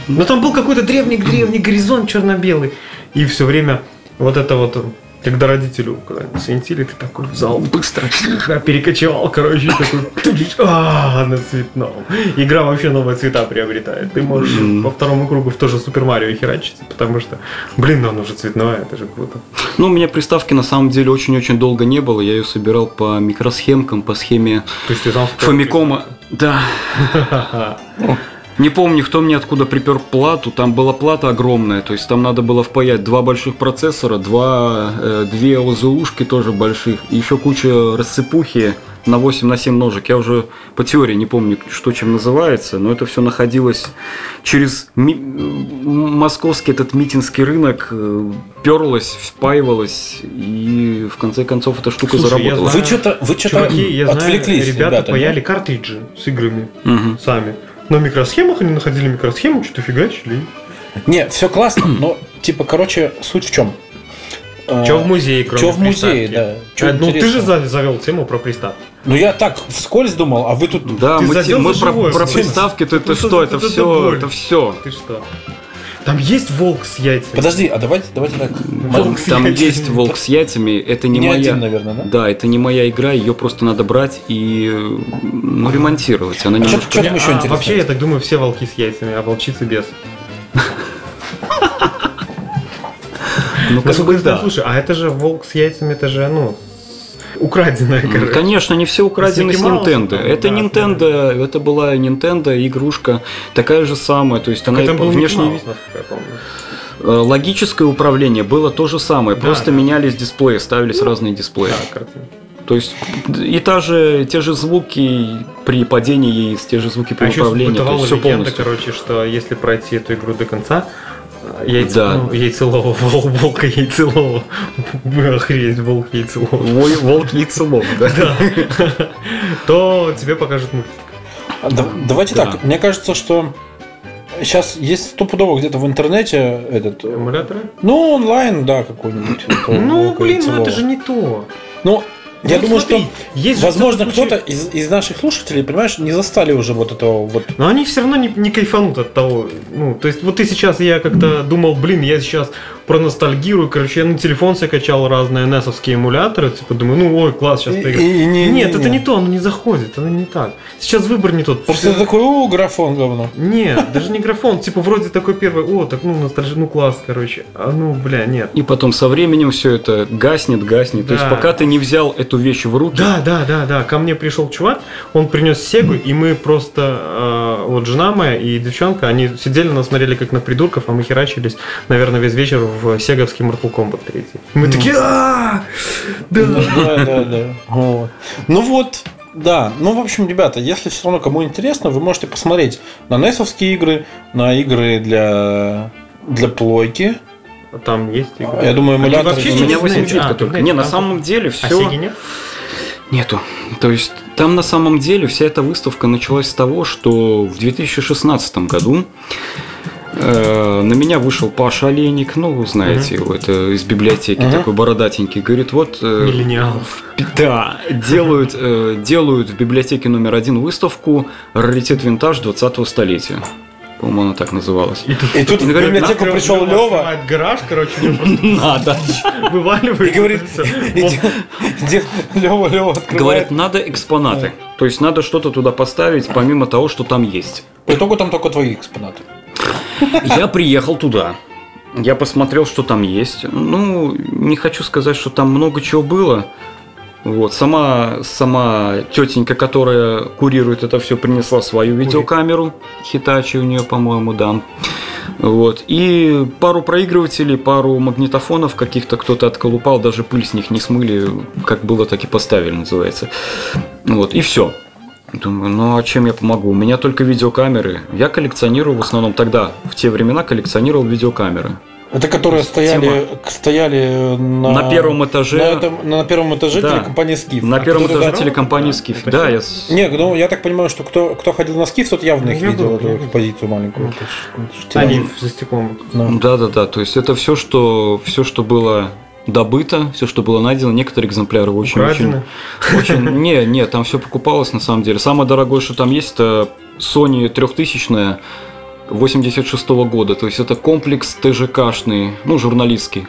Speaker 4: Но там был какой-то древний-древний горизонт черно-белый. И все время вот это вот, когда родителю куда-нибудь свинтили, ты такой в зал быстро ха, перекочевал, короче, и такой тыч, а, на цветном. Игра вообще новые цвета приобретает. Ты можешь
Speaker 3: Мгм.
Speaker 4: по второму кругу в тоже Супер Марио херачить, потому что, блин, он уже цветное, это же круто.
Speaker 3: Ну, у меня приставки на самом деле очень-очень долго не было. Я ее собирал по микросхемкам, по схеме
Speaker 4: То есть ты знал, что-
Speaker 3: Фомикома. Да,
Speaker 4: Ха-ха.
Speaker 3: Не помню, кто мне откуда припер плату. Там была плата огромная, то есть там надо было впаять два больших процессора, два, э, две ОЗУшки тоже больших, и еще куча рассыпухи на 8 на 7 ножек. Я уже по теории не помню, что чем называется, но это все находилось через ми- м, московский этот митинский рынок, э, перлось, впаивалось, и в конце концов эта штука
Speaker 4: Слушай, я
Speaker 3: заработала.
Speaker 4: знаю.
Speaker 2: Вы что-то вы что-то
Speaker 4: Чуваки, я знаю,
Speaker 2: отвлеклись,
Speaker 4: ребята
Speaker 2: ребята.
Speaker 4: паяли картриджи с играми
Speaker 3: Мгм.
Speaker 4: сами. На микросхемах они находили микросхему, что-то фигачили.
Speaker 2: да? Не, все классно, но типа, короче, суть в Э, чем?
Speaker 4: Че в музее, кроме
Speaker 2: А. Чё в музее,
Speaker 4: приставки?
Speaker 2: да. Чё
Speaker 4: А, ну ты же
Speaker 2: интересного?
Speaker 4: за- завел тему про приставки.
Speaker 2: Ну я так вскользь думал, а вы тут
Speaker 3: Да,
Speaker 4: Ты
Speaker 3: мы, те-
Speaker 4: задел
Speaker 3: мы
Speaker 4: за
Speaker 3: про,
Speaker 4: живое,
Speaker 3: про
Speaker 4: слушай.
Speaker 3: приставки, то это
Speaker 4: Ну,
Speaker 3: что, это
Speaker 4: это
Speaker 3: все,
Speaker 4: боль.
Speaker 3: это все.
Speaker 4: Ты что? Там есть волк с яйцами.
Speaker 2: Подожди, а давайте, давайте так.
Speaker 3: Там,
Speaker 4: с
Speaker 3: там
Speaker 4: яйцами.
Speaker 3: есть волк с яйцами, это не
Speaker 2: Не
Speaker 3: моя.
Speaker 2: один, наверное, да?
Speaker 3: Да, это не моя игра, ее просто надо брать и э, ну, ремонтировать. Она
Speaker 2: чё-
Speaker 3: немножко-
Speaker 2: чё там еще
Speaker 4: А,
Speaker 2: интересно?
Speaker 4: Вообще, я так думаю, все волки с яйцами, а волчицы без.
Speaker 3: Ну, как
Speaker 4: Насколько
Speaker 3: бы
Speaker 4: я знаю,
Speaker 3: да.
Speaker 4: слушай, а это же волк с яйцами, это же, ну, с- украденное,
Speaker 3: Ну,
Speaker 4: короче.
Speaker 3: Конечно, не все украдены
Speaker 4: Микки
Speaker 3: с
Speaker 4: Маусом,
Speaker 3: Nintendo.
Speaker 4: там,
Speaker 3: Это
Speaker 4: да,
Speaker 3: Nintendo, это была Nintendo игрушка такая же самая, то есть она
Speaker 4: Это
Speaker 3: и
Speaker 4: был
Speaker 3: ну, внешне
Speaker 4: внешний насколько я помню.
Speaker 3: Э, логическое управление было то же самое,
Speaker 4: Да,
Speaker 3: просто
Speaker 4: да. Ну,
Speaker 3: менялись дисплеи, ставились разные дисплеи.
Speaker 4: Да, картинка.
Speaker 3: То есть и та же, те же звуки при падении, и те же звуки
Speaker 4: А
Speaker 3: при
Speaker 4: еще
Speaker 3: управлении, то
Speaker 4: бытовала
Speaker 3: есть все
Speaker 4: легенда,
Speaker 3: полностью.
Speaker 4: короче, что если пройти эту игру до конца, э, яйце,
Speaker 3: Да.
Speaker 4: ну, яйцелова, вол- волка яйцелова, охренеть, волк яйцелова,
Speaker 3: Вой- Волк яйцелов, да?
Speaker 4: то тебе покажут мультик.
Speaker 2: А да- Давайте
Speaker 3: Да.
Speaker 2: так. Мне кажется, что сейчас есть стопудово где-то в интернете этот. э,
Speaker 4: Эмуляторы?
Speaker 2: Ну, онлайн, да, какой-нибудь. этого
Speaker 4: Ну,
Speaker 2: волка
Speaker 4: блин, ну это
Speaker 2: яйцелова.
Speaker 4: же не то.
Speaker 2: Ну, я
Speaker 4: Ну,
Speaker 2: думаю,
Speaker 4: смотри,
Speaker 2: что,
Speaker 4: есть же
Speaker 2: возможно,
Speaker 4: в таком
Speaker 2: кто-то
Speaker 4: случае-
Speaker 2: из, из наших слушателей, понимаешь, не застали уже вот этого вот.
Speaker 4: Но они все равно не, не кайфанут от того. Ну, то есть, вот ты сейчас, я как-то думал, блин, я сейчас проностальгирую. Короче, я на телефон себе качал разные NES-овские эмуляторы. Типа, думаю, ну, ой, класс, сейчас
Speaker 2: И-
Speaker 4: поиграю.
Speaker 2: и- и не-
Speaker 4: Нет, это не то, оно не заходит, оно не так. Сейчас выбор не тот.
Speaker 2: Просто ты такой, о, графон говно.
Speaker 4: Нет, даже не графон. Типа, вроде такой первый, о, так, ну, ностальжи, ну, класс, короче. А ну, бля, нет.
Speaker 3: И потом со временем все это гаснет, гаснет. То есть
Speaker 4: Да.
Speaker 3: пока ты не взял эту вещь в руки,
Speaker 4: Да, да, да, да. Ко мне пришел чувак, он принес Сегу, и мы просто э, вот жена моя и девчонка, они сидели, нас смотрели как на придурков, а мы херачились, наверное, весь вечер в Сеговский Mortal Kombat 3.
Speaker 2: Ну.
Speaker 4: Мы такие, «А, да.
Speaker 2: Да, да, да. Вот. Ну вот, да. Ну, в общем, ребята, если все равно кому интересно, вы можете посмотреть на несовские игры, на игры для для плойки.
Speaker 4: А Там есть игра.
Speaker 2: Я думаю,
Speaker 4: Они
Speaker 2: эмулятор.
Speaker 4: А вообще
Speaker 3: у
Speaker 4: не
Speaker 3: меня
Speaker 4: знаете,
Speaker 3: 8 битка
Speaker 4: а,
Speaker 3: только.
Speaker 4: знаете,
Speaker 3: Не, на
Speaker 4: там-
Speaker 3: самом деле
Speaker 4: А
Speaker 3: все
Speaker 4: Сеги нет?
Speaker 3: нету. То есть там на самом деле вся эта выставка началась с того, что в 2016 году э, на меня вышел Паша Олейник, ну, вы знаете его, это из библиотеки,
Speaker 2: Мгм.
Speaker 3: такой бородатенький, говорит, вот... э,
Speaker 4: Миллениал.
Speaker 3: Да, делают, э, делают в библиотеке номер один выставку «Раритет винтаж 20-го столетия». По-моему, она так называлась.
Speaker 2: И тут в
Speaker 3: Говорит,
Speaker 2: библиотеку пришел
Speaker 4: Лёва
Speaker 2: Лева
Speaker 4: открывает гараж, короче, у него просто
Speaker 3: Надо.
Speaker 4: вываливает.
Speaker 2: и говорит,
Speaker 4: всё. Вот
Speaker 2: Лева, Лева открывает.
Speaker 3: Говорят, надо экспонаты. То есть надо что-то туда поставить, помимо того, что там есть.
Speaker 2: По итогу там только твои экспонаты.
Speaker 3: Я приехал туда. Я посмотрел, что там есть. Ну, не хочу сказать, что там много чего было. Вот, сама, сама тетенька, которая курирует это все, принесла свою видеокамеру. Хитачи у нее, по-моему, да. Вот. И пару проигрывателей, пару магнитофонов каких-то кто-то отколупал, даже пыль с них не смыли, как было, так и поставили, называется. Вот, и все. Думаю, ну а чем я помогу? У меня только видеокамеры. Я коллекционирую в основном тогда, в те времена коллекционировал видеокамеры.
Speaker 2: Это которые стояли, стояли на,
Speaker 3: на первом этаже.
Speaker 2: на, этом, на первом этаже
Speaker 3: Да.
Speaker 2: телекомпании Скиф.
Speaker 3: На
Speaker 2: А
Speaker 3: первом
Speaker 2: кто-то
Speaker 3: этаже
Speaker 2: там-
Speaker 3: телекомпании Скиф. Да, я с-
Speaker 2: Не, ну я так понимаю, что кто, кто ходил на Скиф, тот явно их
Speaker 4: Ну, Я Ну,
Speaker 2: видел,
Speaker 4: был, я
Speaker 2: эту
Speaker 4: был.
Speaker 2: экспозицию маленькую.
Speaker 4: Они за стеклом.
Speaker 2: Ну,
Speaker 3: Да, да, да. То есть это все, что все, что было добыто, все, что было найдено, некоторые экземпляры очень,
Speaker 4: Украдены.
Speaker 3: очень, очень. Не, не, там все покупалось на самом деле. Самое дорогое, что там есть, это Sony 3000 86 года. То есть это комплекс ТЖКшный, ну журналистский.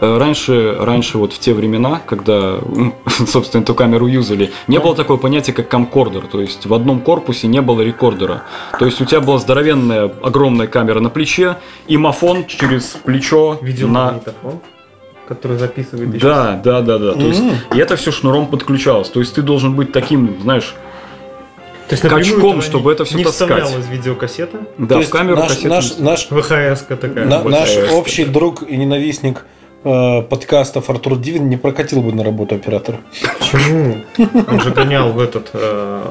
Speaker 3: Э, Раньше, раньше вот в те времена, когда, м, собственно, эту камеру юзали, не было такого понятия, как камкордер. То есть в одном корпусе не было рекордера. То есть у тебя была здоровенная, огромная камера на плече, и мафон через плечо на...
Speaker 4: Видеомагнитофон, который записывает ещё.
Speaker 3: Да, да, да, да. То есть,
Speaker 2: М.
Speaker 3: и это все шнуром подключалось. То есть ты должен быть таким, знаешь,
Speaker 4: То есть напрямую
Speaker 3: качком,
Speaker 4: туда
Speaker 3: чтобы это всё
Speaker 4: не
Speaker 3: таскать.
Speaker 4: вставлялась видеокассета,
Speaker 3: да,
Speaker 2: то
Speaker 3: в
Speaker 2: есть
Speaker 3: камеру
Speaker 2: наш,
Speaker 3: кассету-
Speaker 2: наш, наш,
Speaker 4: ВХС такая.
Speaker 2: на-
Speaker 3: вот
Speaker 2: наш
Speaker 3: это-
Speaker 2: общий друг и ненавистник э, подкастов Артур Дивин не прокатил бы на работу оператора.
Speaker 4: Почему? Он же гонял в этот э,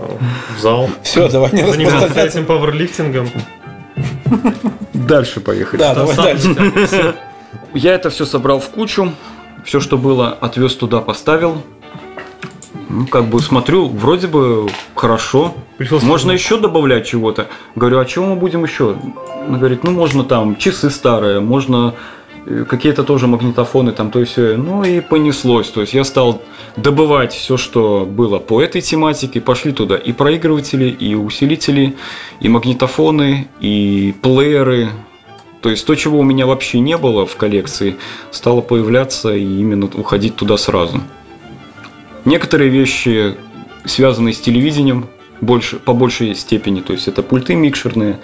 Speaker 4: в зал.
Speaker 2: Все, давай не
Speaker 4: Занимался
Speaker 2: распространяться.
Speaker 4: этим пауэрлифтингом.
Speaker 3: Дальше поехали.
Speaker 2: Да, давай
Speaker 4: Сам-
Speaker 2: дальше.
Speaker 3: Я это все собрал в кучу, все, что было, отвез туда, поставил. Ну, как бы смотрю, вроде бы хорошо.
Speaker 4: Пришлось-
Speaker 3: Можно еще добавлять чего-то. Говорю, а чего мы будем еще? Она говорит, ну можно там часы старые, можно э, какие-то тоже магнитофоны там, то есть, ну и понеслось. То есть я стал добывать все, что было по этой тематике, пошли туда и проигрыватели, и усилители, и магнитофоны, и плееры. То есть то, чего у меня вообще не было в коллекции, стало появляться и именно уходить туда сразу. Некоторые вещи, связанные с телевидением, больше, по большей степени, то есть это пульты микшерные,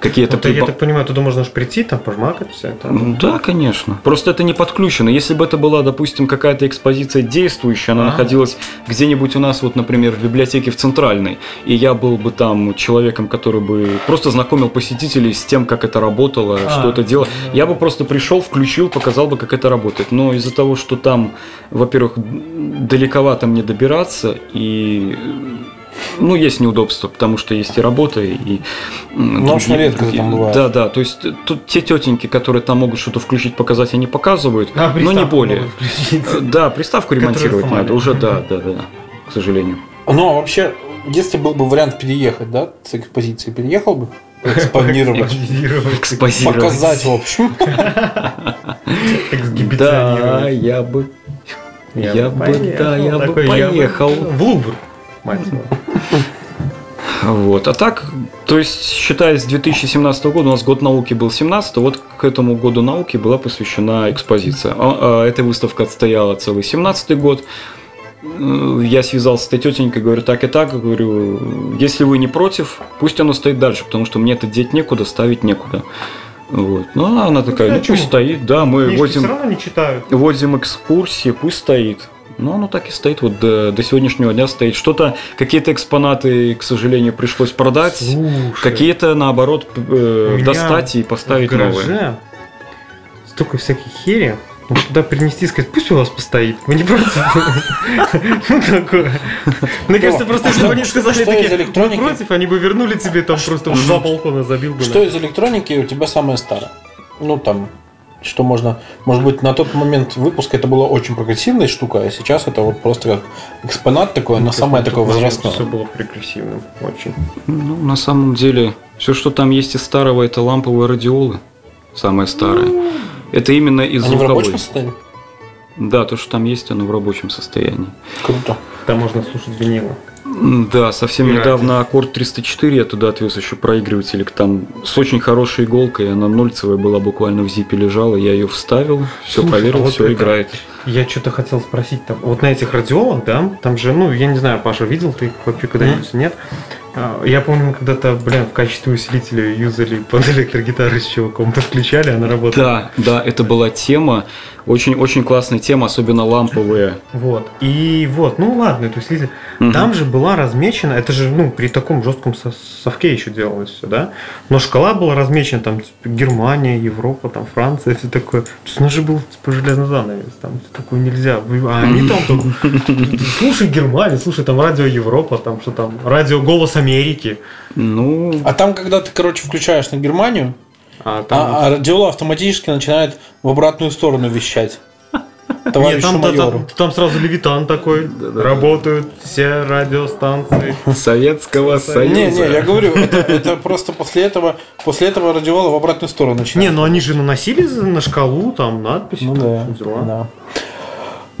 Speaker 3: какие-то...
Speaker 4: Вот ты, я
Speaker 3: прибав-
Speaker 4: так понимаю, туда можно же прийти, там пожмакать все это.
Speaker 3: Ну Да, конечно. Просто это не подключено. Если бы это была, допустим, какая-то экспозиция действующая, она
Speaker 4: А.
Speaker 3: находилась где-нибудь у нас, вот, например, в библиотеке в Центральной, и я был бы там человеком, который бы просто знакомил посетителей с тем, как это работало,
Speaker 4: А,
Speaker 3: что это дело. Я бы просто пришел, включил, показал бы, как это работает. Но из-за того, что там, во-первых, далековато мне добираться, и ну, есть неудобства, потому что есть и работа, и...
Speaker 2: Ну,
Speaker 3: Ну,
Speaker 2: очень редко это там бывает.
Speaker 3: Да, да, то есть э, тут те тетеньки, которые там могут что-то включить, показать, они показывают,
Speaker 4: А,
Speaker 3: но не
Speaker 4: приставку
Speaker 3: более.
Speaker 4: могут включить.
Speaker 3: Э, Да, приставку
Speaker 4: Которую
Speaker 3: ремонтировать
Speaker 4: сломали.
Speaker 3: надо уже, да, да, да, к сожалению.
Speaker 2: Ну, а вообще, если был бы вариант переехать, да, с экспозиции, переехал бы? Экспонировать.
Speaker 4: Экспонировать.
Speaker 3: Экспозировать.
Speaker 2: Показать, в общем.
Speaker 3: Да,
Speaker 4: Эксгибиционировать.
Speaker 3: я бы, я бы, да, я бы
Speaker 4: Такой, я бы
Speaker 3: поехал.
Speaker 4: В Лувр. Мать его.
Speaker 3: Вот, а так, то есть, считая с 2017 года, у нас год науки был 17, вот к этому году науки была посвящена экспозиция. А, а, эта выставка отстояла целый 17 год. Э, Я связался с этой тетенькой, говорю, так и так, говорю, если вы не против, пусть оно стоит дальше, потому что мне это деть некуда, ставить некуда. Вот. Ну, а она такая,
Speaker 4: Ну,
Speaker 3: ну, пусть
Speaker 4: почему?
Speaker 3: стоит, да, мы
Speaker 4: Книжки все
Speaker 3: возим,
Speaker 4: равно не читают.
Speaker 3: возим экскурсии, пусть стоит. Но оно так и стоит, вот до, до сегодняшнего дня стоит. Что-то, какие-то экспонаты, к сожалению, пришлось продать.
Speaker 4: Слушай,
Speaker 3: Какие-то, наоборот, п- э,
Speaker 4: меня
Speaker 3: достать и поставить
Speaker 4: в гараже
Speaker 3: новые.
Speaker 4: столько всяких хери. Ну, туда принести и сказать, пусть у вас постоит. Вы не против? Ну, такое. Мне кажется,
Speaker 2: О, а
Speaker 4: просто если
Speaker 2: что-
Speaker 4: бы они сказали
Speaker 2: что из
Speaker 4: такие,
Speaker 2: электроники? А
Speaker 4: «Мы против, они бы вернули тебе там просто в два балкона забил бы.
Speaker 2: Что
Speaker 4: на-
Speaker 2: из электроники у тебя самое старое? Ну, там, что можно... Может быть, на тот момент выпуска это была очень прогрессивная штука, а сейчас это вот просто как экспонат такой, она самая такая
Speaker 4: Все
Speaker 2: возрастная.
Speaker 4: было прогрессивным. Очень.
Speaker 3: Ну, на самом деле, все, что там есть из старого, это ламповые радиолы. Самое старое. Это именно из
Speaker 2: Ну, Они в
Speaker 3: звуковой.
Speaker 2: рабочем состоянии?
Speaker 3: Да, то, что там есть, оно в рабочем состоянии.
Speaker 2: Круто.
Speaker 4: Там можно слушать винилы.
Speaker 3: М, Да, совсем
Speaker 4: Пиратить.
Speaker 3: недавно Аккорд 304 я туда отвез еще проигрыватель. Там с очень хорошей иголкой, она нольцевая была, буквально в зипе лежала. Я ее вставил, все
Speaker 4: Слушай,
Speaker 3: проверил,
Speaker 4: а вот
Speaker 3: все
Speaker 4: это-
Speaker 3: играет.
Speaker 4: Я что-то хотел спросить там. Вот на этих радиолах, да, там же, ну, я не знаю, Паша, видел ты их вообще когда-нибудь, нет? А, Я помню, когда-то, блин, в качестве усилителя юзали под электрогитары с чуваком, подключали, она работала.
Speaker 3: Да, да, это была тема, очень-очень классная тема, особенно ламповая.
Speaker 4: Вот. И вот, ну ладно, это усилитель.
Speaker 3: Мгм.
Speaker 4: Там же была размечена, это же, ну, при таком жестком со- совке еще делалось все, да? Но шкала была размечена, там, типа, Германия, Европа, там, Франция, все такое. То есть у нас же был, типа, железный занавес, там, всё такое нельзя. Вы- А они там только, слушай Германия, слушай, там, радио Европа, там, что там, радио Голос Америки.
Speaker 3: Ну,
Speaker 2: А там, когда ты, короче, включаешь на Германию,
Speaker 4: А, там...
Speaker 2: а, а радиола автоматически начинает в обратную сторону вещать.
Speaker 4: Нет,
Speaker 2: Товарищу
Speaker 4: там, та-
Speaker 2: майору.
Speaker 4: там- там сразу левитан такой. Работают все радиостанции.
Speaker 3: Советского Союза.
Speaker 2: Не, не, я говорю, это, это просто после этого, после этого радиола в обратную сторону
Speaker 4: Не,
Speaker 2: начинает.
Speaker 4: ну они же наносили за- на шкалу там надпись.
Speaker 2: ну да, да.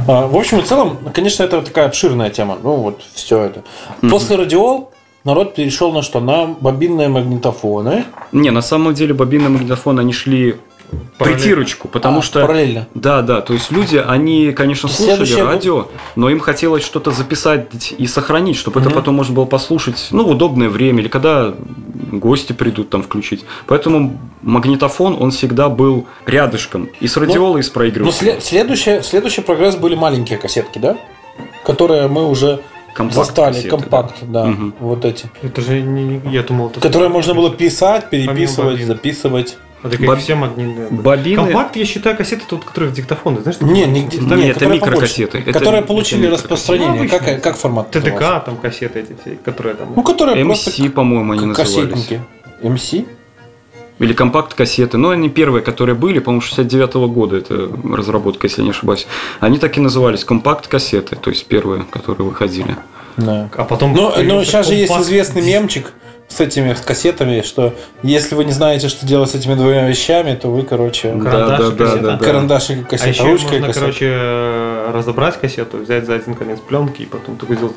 Speaker 2: А, в общем и целом, конечно, это такая обширная тема. Ну вот все это. После радиол народ перешел на что? На бобинные магнитофоны.
Speaker 3: Не, на самом деле бобины магнитофон, они шли притирочку, потому
Speaker 2: А,
Speaker 3: что...
Speaker 2: параллельно.
Speaker 3: Да, да, то есть люди, они, конечно, слушали
Speaker 2: Следующее был-
Speaker 3: радио, но им хотелось что-то записать и сохранить, чтобы это потом можно было послушать, ну, в удобное время, или когда гости придут там включить. Поэтому магнитофон, он всегда был рядышком, и с радиолой, и с
Speaker 2: Ну,
Speaker 3: проигрывателем.
Speaker 2: сле- следующее- следующий прогресс были маленькие кассетки, да? Которые мы уже застали.
Speaker 3: компакт-кассеты, да.
Speaker 2: компакт, да.
Speaker 3: Мгм.
Speaker 2: Вот эти.
Speaker 4: Это же не, не- я думал, это
Speaker 2: Которые можно было писать,
Speaker 4: Помимо
Speaker 2: переписывать,
Speaker 4: бобин.
Speaker 2: записывать.
Speaker 4: Это как
Speaker 3: Боб-
Speaker 4: все магнитные.
Speaker 3: Бобины-
Speaker 4: Компакт, я считаю, кассеты тот, который в диктофон, знаешь, такой?
Speaker 2: Не, нигде-
Speaker 3: Не, это
Speaker 2: которые побольше.
Speaker 3: микрокассеты. Это-
Speaker 2: которые
Speaker 3: это
Speaker 2: получили
Speaker 3: микрокассеты.
Speaker 2: распространение.
Speaker 4: Ну,
Speaker 2: Как,
Speaker 4: обычно.
Speaker 2: как формат? назывался?
Speaker 4: ТДК, там кассеты эти все, которые там.
Speaker 2: Ну, которые
Speaker 3: MC, по-моему, они
Speaker 2: просто к-
Speaker 3: назывались.
Speaker 2: кассетники. MC?
Speaker 3: Или компакт-кассеты. Но они первые, которые были, по-моему, 69 года. Это разработка, если я не ошибаюсь. Они так и назывались. Компакт-кассеты. То есть первые, которые выходили.
Speaker 2: Да.
Speaker 4: А потом.
Speaker 2: Но, но
Speaker 4: появился
Speaker 2: сейчас же есть
Speaker 4: компакт.
Speaker 2: известный мемчик с этими кассетами, что если вы не знаете, что делать с этими двумя вещами, то вы, короче,
Speaker 4: Карандаш,
Speaker 3: да, да, да,
Speaker 4: кассета.
Speaker 3: да, да.
Speaker 2: карандаш и
Speaker 4: А
Speaker 2: кассета,
Speaker 4: еще
Speaker 2: ручка и
Speaker 4: можно,
Speaker 2: кассета.
Speaker 4: короче, э, разобрать кассету, взять за один конец пленки и потом такой сделать.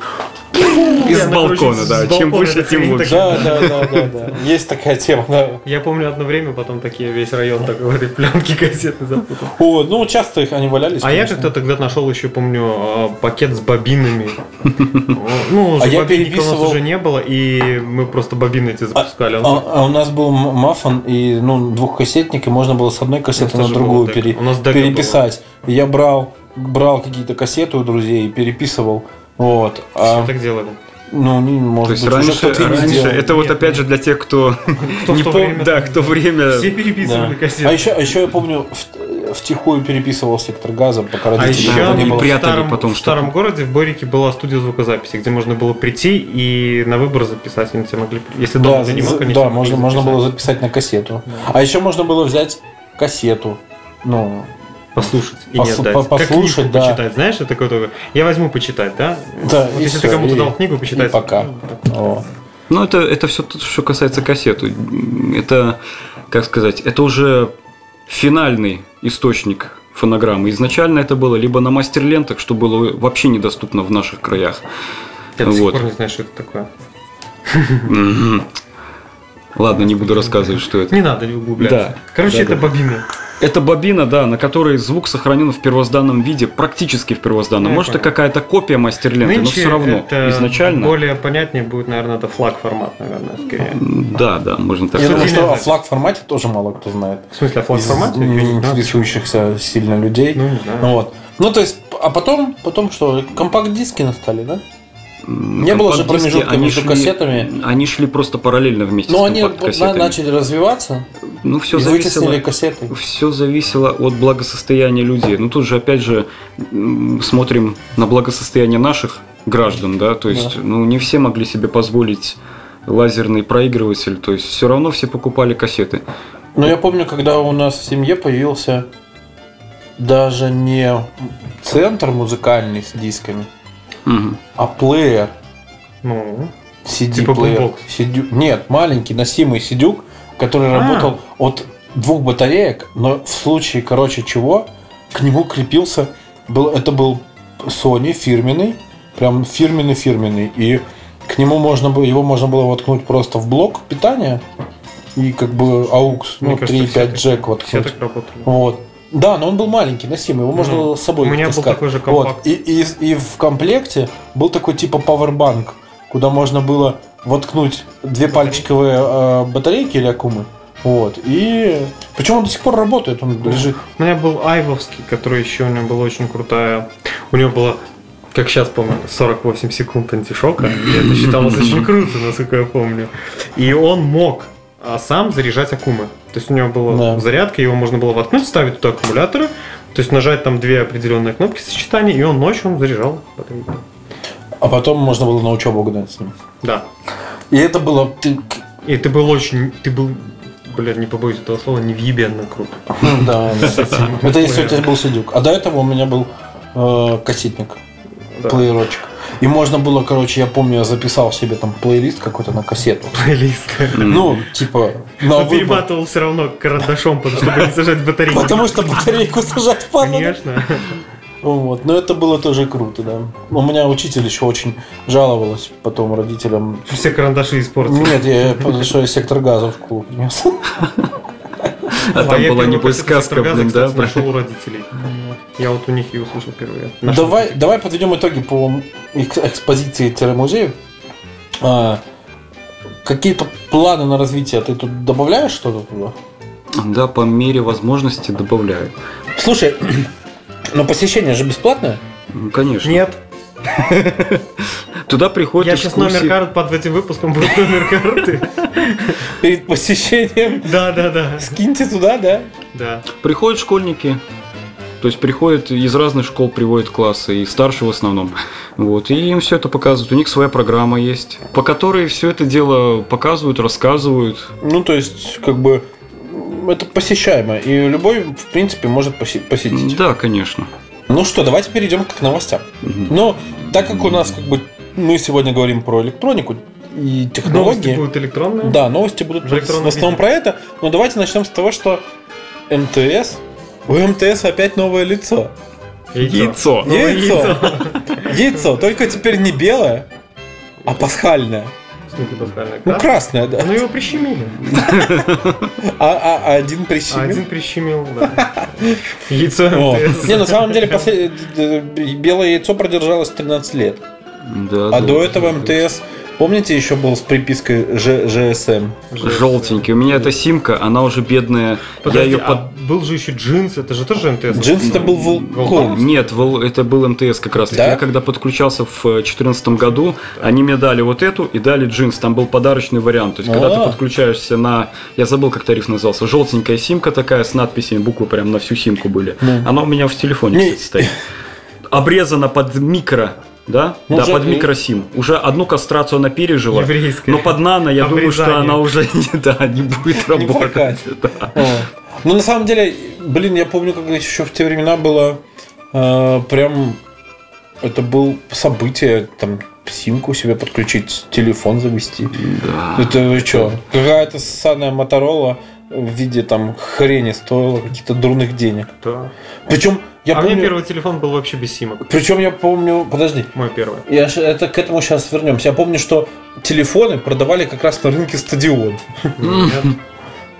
Speaker 3: Из
Speaker 4: Она, короче,
Speaker 3: балкона,
Speaker 4: с
Speaker 3: да. Чем
Speaker 4: балкона
Speaker 3: выше,
Speaker 4: эта
Speaker 3: тем
Speaker 4: хрень
Speaker 3: лучше.
Speaker 2: Да, да, да, да, да. Есть такая тема, да.
Speaker 4: Я помню одно время, потом такие весь район так в этой пленке кассеты запутал.
Speaker 2: О, ну часто их они валялись.
Speaker 4: А я
Speaker 2: конечно.
Speaker 4: как-то тогда нашел еще, помню, а, пакет с бобинами. Ну, уже
Speaker 2: А я
Speaker 4: бобинника у
Speaker 2: переписывал-
Speaker 4: нас уже не было, и мы просто бобины эти запускали. Он
Speaker 2: А, а у нас был м- маффин и ну, двухкассетник, и можно было с одной кассеты
Speaker 4: У нас
Speaker 2: на
Speaker 4: тоже
Speaker 2: другую
Speaker 4: было так.
Speaker 2: пере-
Speaker 4: У нас дека
Speaker 2: переписать. И Я брал, брал какие-то кассеты у друзей и переписывал. Вот.
Speaker 4: все
Speaker 2: А,
Speaker 4: так делали.
Speaker 2: ну, не,
Speaker 3: То
Speaker 2: может
Speaker 3: есть
Speaker 2: быть, уже
Speaker 3: раньше,
Speaker 2: кто-то и не
Speaker 3: раньше
Speaker 2: делал.
Speaker 3: это вот
Speaker 4: Нет, ну,
Speaker 3: опять же для тех, кто,
Speaker 4: Кто в
Speaker 3: не
Speaker 4: то
Speaker 3: пом-
Speaker 4: время-
Speaker 3: да, кто время
Speaker 4: Все
Speaker 2: Да.
Speaker 4: переписывали
Speaker 2: А
Speaker 4: кассеты.
Speaker 2: еще, а еще я помню, в, втихую переписывал сектор газа, пока
Speaker 4: А
Speaker 2: родители
Speaker 4: еще
Speaker 2: этого не
Speaker 3: они
Speaker 2: было.
Speaker 3: при-
Speaker 4: в
Speaker 3: прятали
Speaker 4: старом,
Speaker 3: потом
Speaker 4: в старом
Speaker 3: что-то.
Speaker 4: городе в Борике была студия звукозаписи, где можно было прийти и на выбор записать. Они тебя могли... Если
Speaker 2: Да,
Speaker 4: дома ты не
Speaker 2: за-
Speaker 4: мог, они
Speaker 2: да
Speaker 4: тебя могли
Speaker 2: можно, можно
Speaker 4: записать.
Speaker 2: было записать на кассету. А еще можно было взять кассету. Ну,
Speaker 4: Послушать и не
Speaker 2: Посу-
Speaker 4: отдать.
Speaker 2: по-
Speaker 4: Как
Speaker 2: послушать,
Speaker 4: книжку
Speaker 2: да.
Speaker 4: почитать, знаешь, это такое только. Я возьму почитать, да?
Speaker 2: Да,
Speaker 4: Вот
Speaker 2: и
Speaker 4: если
Speaker 2: всё,
Speaker 4: ты кому-то
Speaker 2: и-
Speaker 4: дал книгу, почитай.
Speaker 2: и пока.
Speaker 4: Ну, так.
Speaker 2: вот.
Speaker 3: Ну, это, это все, что касается кассеты. Это, как сказать, это уже финальный источник фонограммы. Изначально это было либо на мастер-лентах, что было вообще недоступно в наших краях.
Speaker 4: Я до сих
Speaker 3: Вот.
Speaker 4: пор не знаю, что это такое.
Speaker 3: Мгм. Ладно, не буду рассказывать, что это.
Speaker 4: Не надо не углубляться.
Speaker 3: Да.
Speaker 4: Короче,
Speaker 3: Да,
Speaker 4: это
Speaker 3: да.
Speaker 4: бобины.
Speaker 3: Это бобина, да, на которой звук сохранен в первозданном виде, практически в первозданном.
Speaker 4: Ну, Я
Speaker 3: Может, это
Speaker 4: понял.
Speaker 3: какая-то копия мастер-ленты, но все ну равно.
Speaker 4: это
Speaker 3: Изначально.
Speaker 4: более понятнее будет, наверное, это флаг формат, наверное, скорее.
Speaker 3: Да, да, можно так
Speaker 2: Я думаю,
Speaker 3: сказать.
Speaker 2: что о
Speaker 4: запись.
Speaker 2: флаг формате тоже мало кто знает.
Speaker 4: В смысле, а флаг
Speaker 2: из
Speaker 4: формат? Я не знаю.
Speaker 2: интересующихся сильно людей.
Speaker 4: Ну, не знаю.
Speaker 2: Ну, вот. Ну, то есть, а потом, потом что, компакт-диски настали, да? Не было же
Speaker 3: Компакт-диски,
Speaker 2: промежутка
Speaker 3: они
Speaker 2: между
Speaker 3: шли-
Speaker 2: кассетами.
Speaker 3: Они шли просто параллельно вместе
Speaker 2: Но
Speaker 3: с
Speaker 2: они на-
Speaker 3: компакт-кассетами.
Speaker 2: начали развиваться
Speaker 3: Ну, все
Speaker 2: и вытеснили
Speaker 3: зависело,
Speaker 2: кассеты.
Speaker 3: все зависело от благосостояния людей. Ну, тут же, опять же, м, смотрим на благосостояние наших граждан, да, то есть,
Speaker 2: Да.
Speaker 3: ну, не все могли себе позволить лазерный проигрыватель, то есть, все равно все покупали кассеты.
Speaker 2: Но я помню, когда у нас в семье появился даже не центр музыкальный с дисками,
Speaker 3: Мгм.
Speaker 2: а плеер.
Speaker 4: Ну, Типа
Speaker 2: CD-плеер.
Speaker 4: бумбокс.
Speaker 2: Сидю- Нет, маленький носимый сидюк, который
Speaker 4: А.
Speaker 2: работал от двух батареек, но в случае, короче, чего, к нему крепился, был, это был Sony фирменный, прям фирменный-фирменный, и к нему можно было, его можно было воткнуть просто в блок питания, и как бы aux, ну,
Speaker 4: мне кажется,
Speaker 2: 3-5
Speaker 4: все
Speaker 2: джек
Speaker 4: так-
Speaker 2: воткнуть.
Speaker 4: Все так работали.
Speaker 2: Вот. Да, но он был маленький, носимый, его можно
Speaker 4: Ну,
Speaker 2: было с собой
Speaker 4: у меня был
Speaker 2: таскать.
Speaker 4: такой же
Speaker 2: Вот.
Speaker 4: компакт.
Speaker 2: И, и- и в комплекте был такой типа пауэрбанк, куда можно было воткнуть две пальчиковые э, батарейки или аккумы. Вот. И. Причем он до сих пор работает, он лежит.
Speaker 4: У меня был Айвовский, который еще у него была очень крутая. У него было, как сейчас помню, 48 секунд антишока. И это считалось очень круто, насколько я помню. И он мог а, сам заряжать аккумы. То есть у него была
Speaker 2: Да.
Speaker 4: зарядка, его можно было воткнуть, ставить туда аккумуляторы, то есть нажать там две определенные кнопки сочетания, и он ночью он заряжал батарейки.
Speaker 2: А потом можно было на учебу гнать с ним.
Speaker 4: Да.
Speaker 2: И это было. ты- к-
Speaker 4: И ты был очень... Ты был, блин, не побоюсь этого слова, невъебенно крут.
Speaker 2: Да, да. Это если у тебя был сидюк. А до этого у меня был э, кассетник.
Speaker 4: Да.
Speaker 2: плеерочек. И можно было, короче, я помню, я записал себе там плейлист какой-то на кассету.
Speaker 4: Плейлист.
Speaker 2: Ну, типа, на
Speaker 4: Но
Speaker 2: выбор.
Speaker 4: перематывал все равно карандашом, потому чтобы не сажать батарейки.
Speaker 2: Потому что батарейку сажать в пану.
Speaker 4: Конечно.
Speaker 2: Вот. Но это было тоже круто, да. У меня учитель еще очень жаловалась потом родителям.
Speaker 4: Все карандаши испортили.
Speaker 2: Нет, я потому что я сектор газа в школу принес.
Speaker 3: А там
Speaker 4: я
Speaker 3: была,
Speaker 4: первый
Speaker 3: небось,
Speaker 4: кассетный
Speaker 3: сказка,
Speaker 4: «Сектор газа»,
Speaker 3: блин, да?
Speaker 4: кстати, нашел у родителей. Я вот у них и услышал впервые.
Speaker 3: Ну
Speaker 4: Нашел.
Speaker 2: Давай, давай подведем итоги по экс- экспозиции-музею. А, Какие-то планы на развитие? Ты тут добавляешь что-то туда?
Speaker 3: Да, по мере возможности добавляю.
Speaker 2: Слушай, но посещение же бесплатное.
Speaker 3: Ну, конечно.
Speaker 4: Нет,
Speaker 3: Туда приходят
Speaker 4: я сейчас номер карт под этим выпуском будет номер карты.
Speaker 2: Перед посещением
Speaker 4: Да, да, да.
Speaker 2: скиньте туда, да?
Speaker 4: Да.
Speaker 3: Приходят школьники, то есть приходят из разных школ, приводят классы, и старшие в основном. Вот, и им все это показывают. У них своя программа есть, по которой все это дело показывают, рассказывают.
Speaker 2: Ну, то есть, как бы, м, это посещаемо. И любой, в принципе, может посе- посетить.
Speaker 3: Да, конечно.
Speaker 2: Ну что, давайте перейдем к новостям.
Speaker 3: Мгм.
Speaker 2: Но так как у нас, как бы, мы сегодня говорим про электронику и
Speaker 4: Новости
Speaker 2: технологии.
Speaker 4: будут электронные.
Speaker 2: Да, новости будут
Speaker 4: В
Speaker 2: в
Speaker 4: электронном
Speaker 2: основном
Speaker 4: виде.
Speaker 2: про это. Но давайте начнем с того, что МТС... У МТС опять новое лицо.
Speaker 4: Яйцо.
Speaker 3: Яйцо.
Speaker 4: Новое
Speaker 2: Яйцо. Яйцо, только теперь не белое, а пасхальное.
Speaker 4: В смысле, пасхальная
Speaker 2: Ну,
Speaker 4: карта?
Speaker 2: красное, да.
Speaker 4: Ну его прищемили.
Speaker 2: А, а- а один
Speaker 4: А
Speaker 2: прищемил.
Speaker 4: один прищемил, да. Яйцо
Speaker 2: О.
Speaker 4: МТС.
Speaker 2: Не, на самом деле, после- э, э, белое яйцо продержалось 13 лет.
Speaker 3: Да,
Speaker 2: А
Speaker 3: да.
Speaker 2: до этого МТС, помните, еще был с припиской Ж- ЖСМ?
Speaker 3: Желтенький. У меня эта симка, она уже бедная.
Speaker 4: Подожди,
Speaker 3: я ее
Speaker 4: а был же еще джинс, это же тоже МТС.
Speaker 2: Джинс это был
Speaker 4: Волком?
Speaker 2: Волком.
Speaker 3: Нет, вол- это был МТС как раз. таки.
Speaker 2: Да?
Speaker 3: Я когда подключался в 2014 году, они мне дали вот эту и дали джинс. Там был подарочный вариант. То есть, когда
Speaker 2: А.
Speaker 3: ты подключаешься на... Я забыл, как тариф назывался. Желтенькая симка такая с надписями, буквы прям на всю симку были.
Speaker 2: Ну.
Speaker 3: Она у меня в телефоне,
Speaker 2: Не.
Speaker 3: кстати, стоит. Обрезана под микро, да?
Speaker 2: Ну,
Speaker 3: да,
Speaker 2: уже-
Speaker 3: под микросим. Уже одну кастрацию она пережила.
Speaker 4: Еврейская.
Speaker 3: Но под нано, я думаю, что
Speaker 4: Обрезание.
Speaker 3: она уже не, да, не будет работать.
Speaker 2: прокатит.
Speaker 3: Да.
Speaker 2: О. Ну, на самом деле, блин, я помню, как еще в те времена было э, прям... Это было событие, там, симку себе подключить, телефон завести. Это вы что? Какая-то ссаная Моторола в виде там хрени стоила каких-то дурных денег.
Speaker 4: Да.
Speaker 2: Причем я
Speaker 4: а у меня
Speaker 2: помню...
Speaker 4: первый телефон был вообще без симок.
Speaker 2: Причем я помню... Подожди.
Speaker 4: Мой первый.
Speaker 2: Я ж- это к этому сейчас вернемся. Я помню, что телефоны продавали как раз на рынке стадион.
Speaker 4: Нет,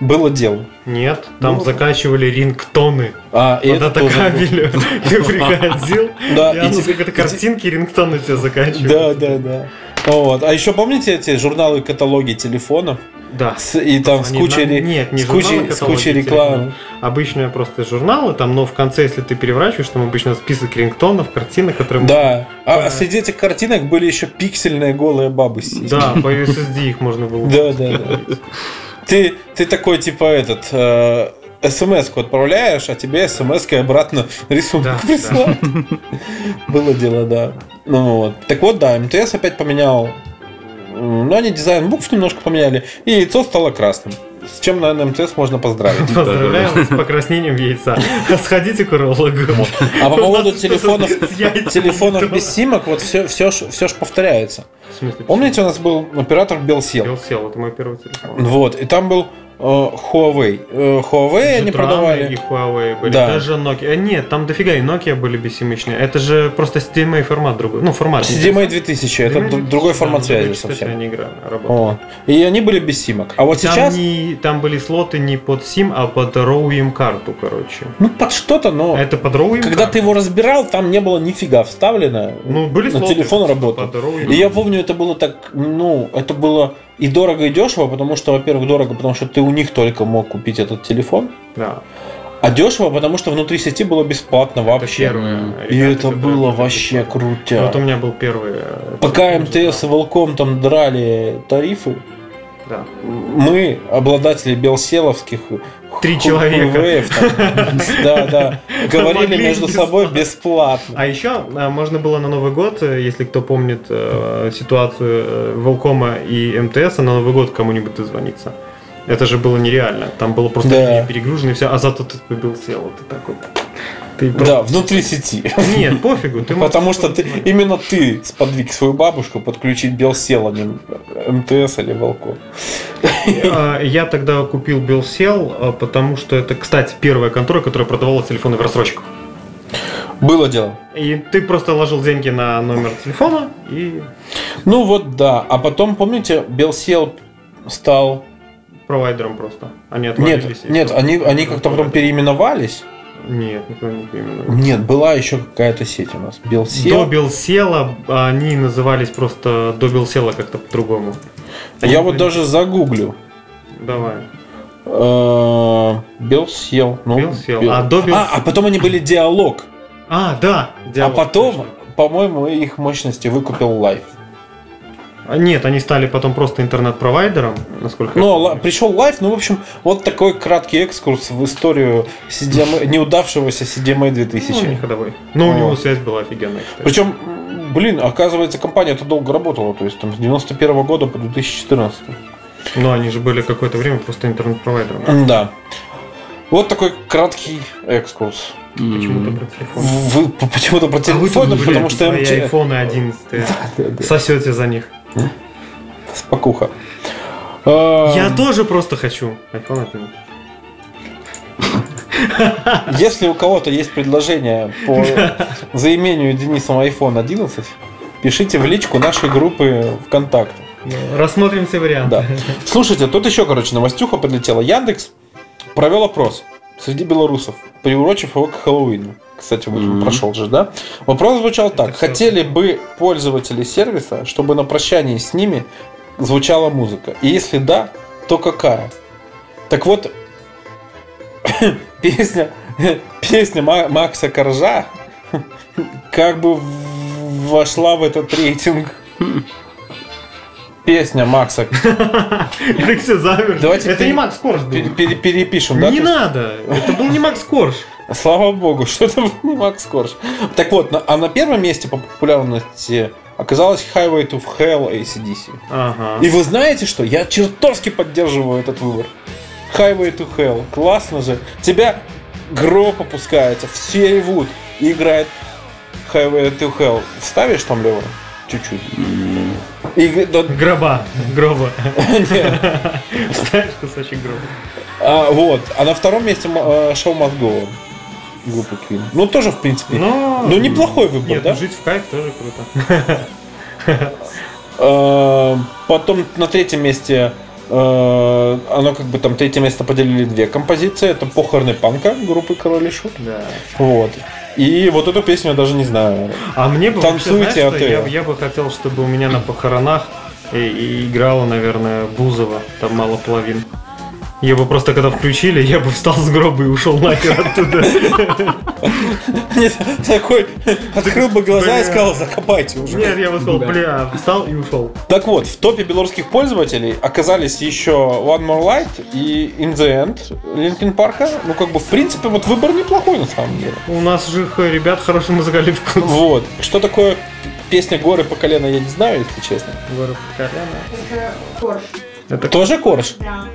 Speaker 2: Было дело.
Speaker 4: нет, там закачивали рингтоны
Speaker 2: А, Ну. и
Speaker 4: по
Speaker 2: это тоже было.
Speaker 4: датакабелю. Ты приходил,
Speaker 2: Да,
Speaker 4: я
Speaker 2: и
Speaker 4: ну,
Speaker 2: тебе-
Speaker 4: как это
Speaker 2: и
Speaker 4: картинки, рингтоны тебя закачивали.
Speaker 2: Да, да, да. Вот. А еще помните эти журналы каталоги телефонов?
Speaker 4: Да.
Speaker 2: С- и там с
Speaker 4: Они
Speaker 2: кучей,
Speaker 4: нам-
Speaker 2: ре-
Speaker 4: Нет, не
Speaker 2: с кучей,
Speaker 4: журналы,
Speaker 2: с кучей
Speaker 4: каталоги,
Speaker 2: рекламы.
Speaker 4: телефон. Обычные просто журналы, там, но в конце, если ты переворачиваешь, там обычно список рингтонов, картинок, которые...
Speaker 2: Да. А
Speaker 4: Да.
Speaker 2: среди этих картинок были еще пиксельные голые бабы. с сиськами.
Speaker 4: Да, по USSD их можно было...
Speaker 2: Да, да, да. Ты, ты такой, типа, этот, смс-ку отправляешь, а тебе смс обратно рисунок
Speaker 4: Да,
Speaker 2: присылают. Было дело, да. Ну вот. Так вот, да, МТС опять поменял. м, Ну, они дизайн букв немножко поменяли, и яйцо стало красным. С чем, наверное, МТС можно поздравить.
Speaker 4: Поздравляем с покраснением яйца. Сходите к урологу.
Speaker 2: А по
Speaker 4: У нас
Speaker 2: поводу
Speaker 4: что-то
Speaker 2: телефонов,
Speaker 4: с яйцами не
Speaker 2: телефонов
Speaker 4: то.
Speaker 2: без симок, вот все, все, ж- все ж повторяется.
Speaker 4: В смысле,
Speaker 2: Помните, у нас был оператор Белсел?
Speaker 4: Я сел, это мой первый телефон.
Speaker 2: Вот, и там был э, Huawei. Э, Huawei они
Speaker 4: Zutrano
Speaker 2: продавали.
Speaker 4: И Huawei были.
Speaker 2: Да.
Speaker 4: Даже Nokia. Э, Нет, там дофига и Nokia были бессимычные. Это же просто CDMA формат другой. Ну, формат.
Speaker 2: CDMA 2000, это д- другой формат связи совсем.
Speaker 4: Они играли, работали.
Speaker 2: Вот. И они были без симок. А вот
Speaker 4: Там,
Speaker 2: сейчас,
Speaker 4: не- там были слоты не под SIM, а под ROM карту, короче.
Speaker 2: ну, под что-то, но...
Speaker 4: Это под ROM
Speaker 2: Когда ты его разбирал, там не было нифига вставлено.
Speaker 4: Ну, были
Speaker 2: На
Speaker 4: слоты
Speaker 2: телефон
Speaker 4: под
Speaker 2: работал.
Speaker 4: ROM.
Speaker 2: И я помню, это было так, ну, это было и дорого, и дешево, потому что, во-первых, дорого, потому что ты у них только мог купить этот телефон,
Speaker 4: Да.
Speaker 2: а дешево, потому что внутри сети было бесплатно вообще.
Speaker 4: первое.
Speaker 2: И
Speaker 4: Ребята,
Speaker 2: это
Speaker 4: которые
Speaker 2: было
Speaker 4: были
Speaker 2: вообще
Speaker 4: бесплатно. Вот у
Speaker 2: крутя.
Speaker 4: меня был первый. э,
Speaker 2: Пока
Speaker 4: такой,
Speaker 2: МТС и Волком там драли тарифы,
Speaker 4: Да.
Speaker 2: мы, обладатели белселовских
Speaker 4: Три
Speaker 2: ху-
Speaker 4: человека.
Speaker 2: хуэев там, да, да, говорили
Speaker 4: Могли
Speaker 2: между собой бесплатно.
Speaker 4: А еще э, можно было на Новый год, э, если кто помнит э, ситуацию э, Волкома и МТС, на Новый год кому-нибудь дозвониться. Это же было нереально. Там было просто
Speaker 2: Да.
Speaker 4: линии перегружено и все, а зато ты побил сел. Ты так вот. Ты
Speaker 2: Да, внутри сети.
Speaker 4: просто- Нет, пофигу. Ты можешь-
Speaker 2: Потому что ты, именно ты сподвиг свою бабушку подключить Белсел, а не МТС или Волков.
Speaker 4: Э, Я тогда купил Белсел, э, потому что это, кстати, первая контора, которая продавала телефоны в рассрочку.
Speaker 2: Было дело.
Speaker 4: И ты просто ложил деньги на номер телефона и
Speaker 2: Ну вот да. А потом, помните, Белсел стал...
Speaker 4: провайдером просто. Они
Speaker 2: Нет,
Speaker 4: отвалились. и
Speaker 2: нет,
Speaker 4: всё.
Speaker 2: они, они как-то потом переименовались.
Speaker 4: Нет, никто не переименовал.
Speaker 2: Нет, была еще какая-то сеть у нас.
Speaker 4: До
Speaker 2: Белсел.
Speaker 4: Белсела они назывались просто До Белсела как-то по-другому.
Speaker 2: Я вот даже загуглю.
Speaker 4: Давай.
Speaker 2: Э, Белсел. Ну,
Speaker 4: Белсел.
Speaker 2: Бел-
Speaker 4: А, до Бел-
Speaker 2: а, а потом они были диалог.
Speaker 4: А, да.
Speaker 2: А
Speaker 4: Диалог,
Speaker 2: потом,
Speaker 4: точно.
Speaker 2: по-моему, их мощности выкупил Лайф.
Speaker 4: А, Нет, они стали потом просто интернет-провайдером, насколько
Speaker 2: Ну,
Speaker 4: я
Speaker 2: ла- пришел лайф, ну, в общем, вот такой краткий экскурс в историю CDMA, неудавшегося Эм CDMA
Speaker 4: тысячи. Ну, не
Speaker 2: 2000.
Speaker 4: ходовой. Но у
Speaker 2: Вот.
Speaker 4: него связь была офигенная, кстати.
Speaker 2: Причем, м, блин, оказывается, компания-то долго работала, то есть там с 91 года по 2014.
Speaker 4: Но они же были какое-то время просто интернет-провайдером.
Speaker 2: Да. Вот такой краткий экскурс.
Speaker 4: Почему-то про телефон. А
Speaker 2: Вы п- почему-то про телефон,
Speaker 4: блин,
Speaker 2: потому что
Speaker 4: свои
Speaker 2: МТ...
Speaker 4: айфоны 11
Speaker 2: Да, да,
Speaker 4: сосете за них.
Speaker 2: Спокуха. Эм,
Speaker 4: Я тоже просто хочу. Айфон 11.
Speaker 2: Если у кого-то есть предложение по заимению Денисом iPhone 11, пишите в личку нашей группы ВКонтакте.
Speaker 4: Ну, Рассмотрим все варианты.
Speaker 2: Да. Слушайте, тут еще, короче, новостюха подлетела. Яндекс провел опрос среди белорусов, приурочив его к Хэллоуину. Кстати, вот он
Speaker 3: Мгм.
Speaker 2: прошел же, да? Вопрос звучал так.
Speaker 4: всё.
Speaker 2: Хотели бы пользователи сервиса, чтобы на прощании с ними звучала музыка? И если да, то какая? Так вот, песня, песня Ма- Макса Коржа как бы в- вошла в этот рейтинг. Песня Макса
Speaker 4: Так все замерли.
Speaker 2: Давайте
Speaker 4: Это
Speaker 2: пере-
Speaker 4: не Макс Корж был.
Speaker 2: Пере- пере- перепишем, да?
Speaker 4: Не
Speaker 2: То
Speaker 4: надо. Это был не Макс Корж.
Speaker 2: есть, Слава богу, что это был не Макс Корж. Так вот, на- а на первом месте по популярности оказалась Highway to Hell ACDC.
Speaker 4: Ага.
Speaker 2: И вы знаете что? Я чертовски поддерживаю этот выбор. Highway to Hell. Классно же. Тебя гроб опускается, все ревут. И играет Highway to Hell. Вставишь там, Лева? Чуть-чуть. И, да,
Speaker 4: Гроба. Гроба.
Speaker 2: нет.
Speaker 4: Знаешь, кусочек гроба.
Speaker 2: А, вот. А на втором месте э, шоу Мозгова. Группа Queen. Ну, тоже, в принципе.
Speaker 4: Но...
Speaker 2: Ну, неплохой выбор,
Speaker 4: Нет,
Speaker 2: да?
Speaker 4: жить в кайф тоже круто.
Speaker 2: Э, потом на третьем месте э, оно как бы там третье место поделили две композиции. Это похороны панка группы Король и Шут.
Speaker 4: Да.
Speaker 2: Вот. И вот эту песню я даже не знаю.
Speaker 4: А мне бы
Speaker 2: Танцуйте,
Speaker 4: вообще, знаешь, что?
Speaker 2: отель.
Speaker 4: я, я бы хотел, чтобы у меня на похоронах и, и играла, наверное, Бузова. Там мало половин. Я бы просто, когда включили, я бы встал с гроба и ушел нахер оттуда.
Speaker 2: Нет, Такой открыл бы глаза и
Speaker 4: Бля.
Speaker 2: сказал, закопайте уже.
Speaker 4: Нет, я бы сказал, бля, встал и ушел.
Speaker 2: Так вот, в топе белорусских пользователей оказались еще One More Light и In The End Линкин Парка. Ну, как бы, в принципе, вот выбор неплохой на самом деле.
Speaker 4: У нас же х- ребят хороший музыкальный вкус.
Speaker 2: Вот. Что такое песня «Горы по колено» я не знаю, если честно.
Speaker 4: Говорю, «Коляна».
Speaker 5: Это корж.
Speaker 2: Тоже корж.
Speaker 5: Да.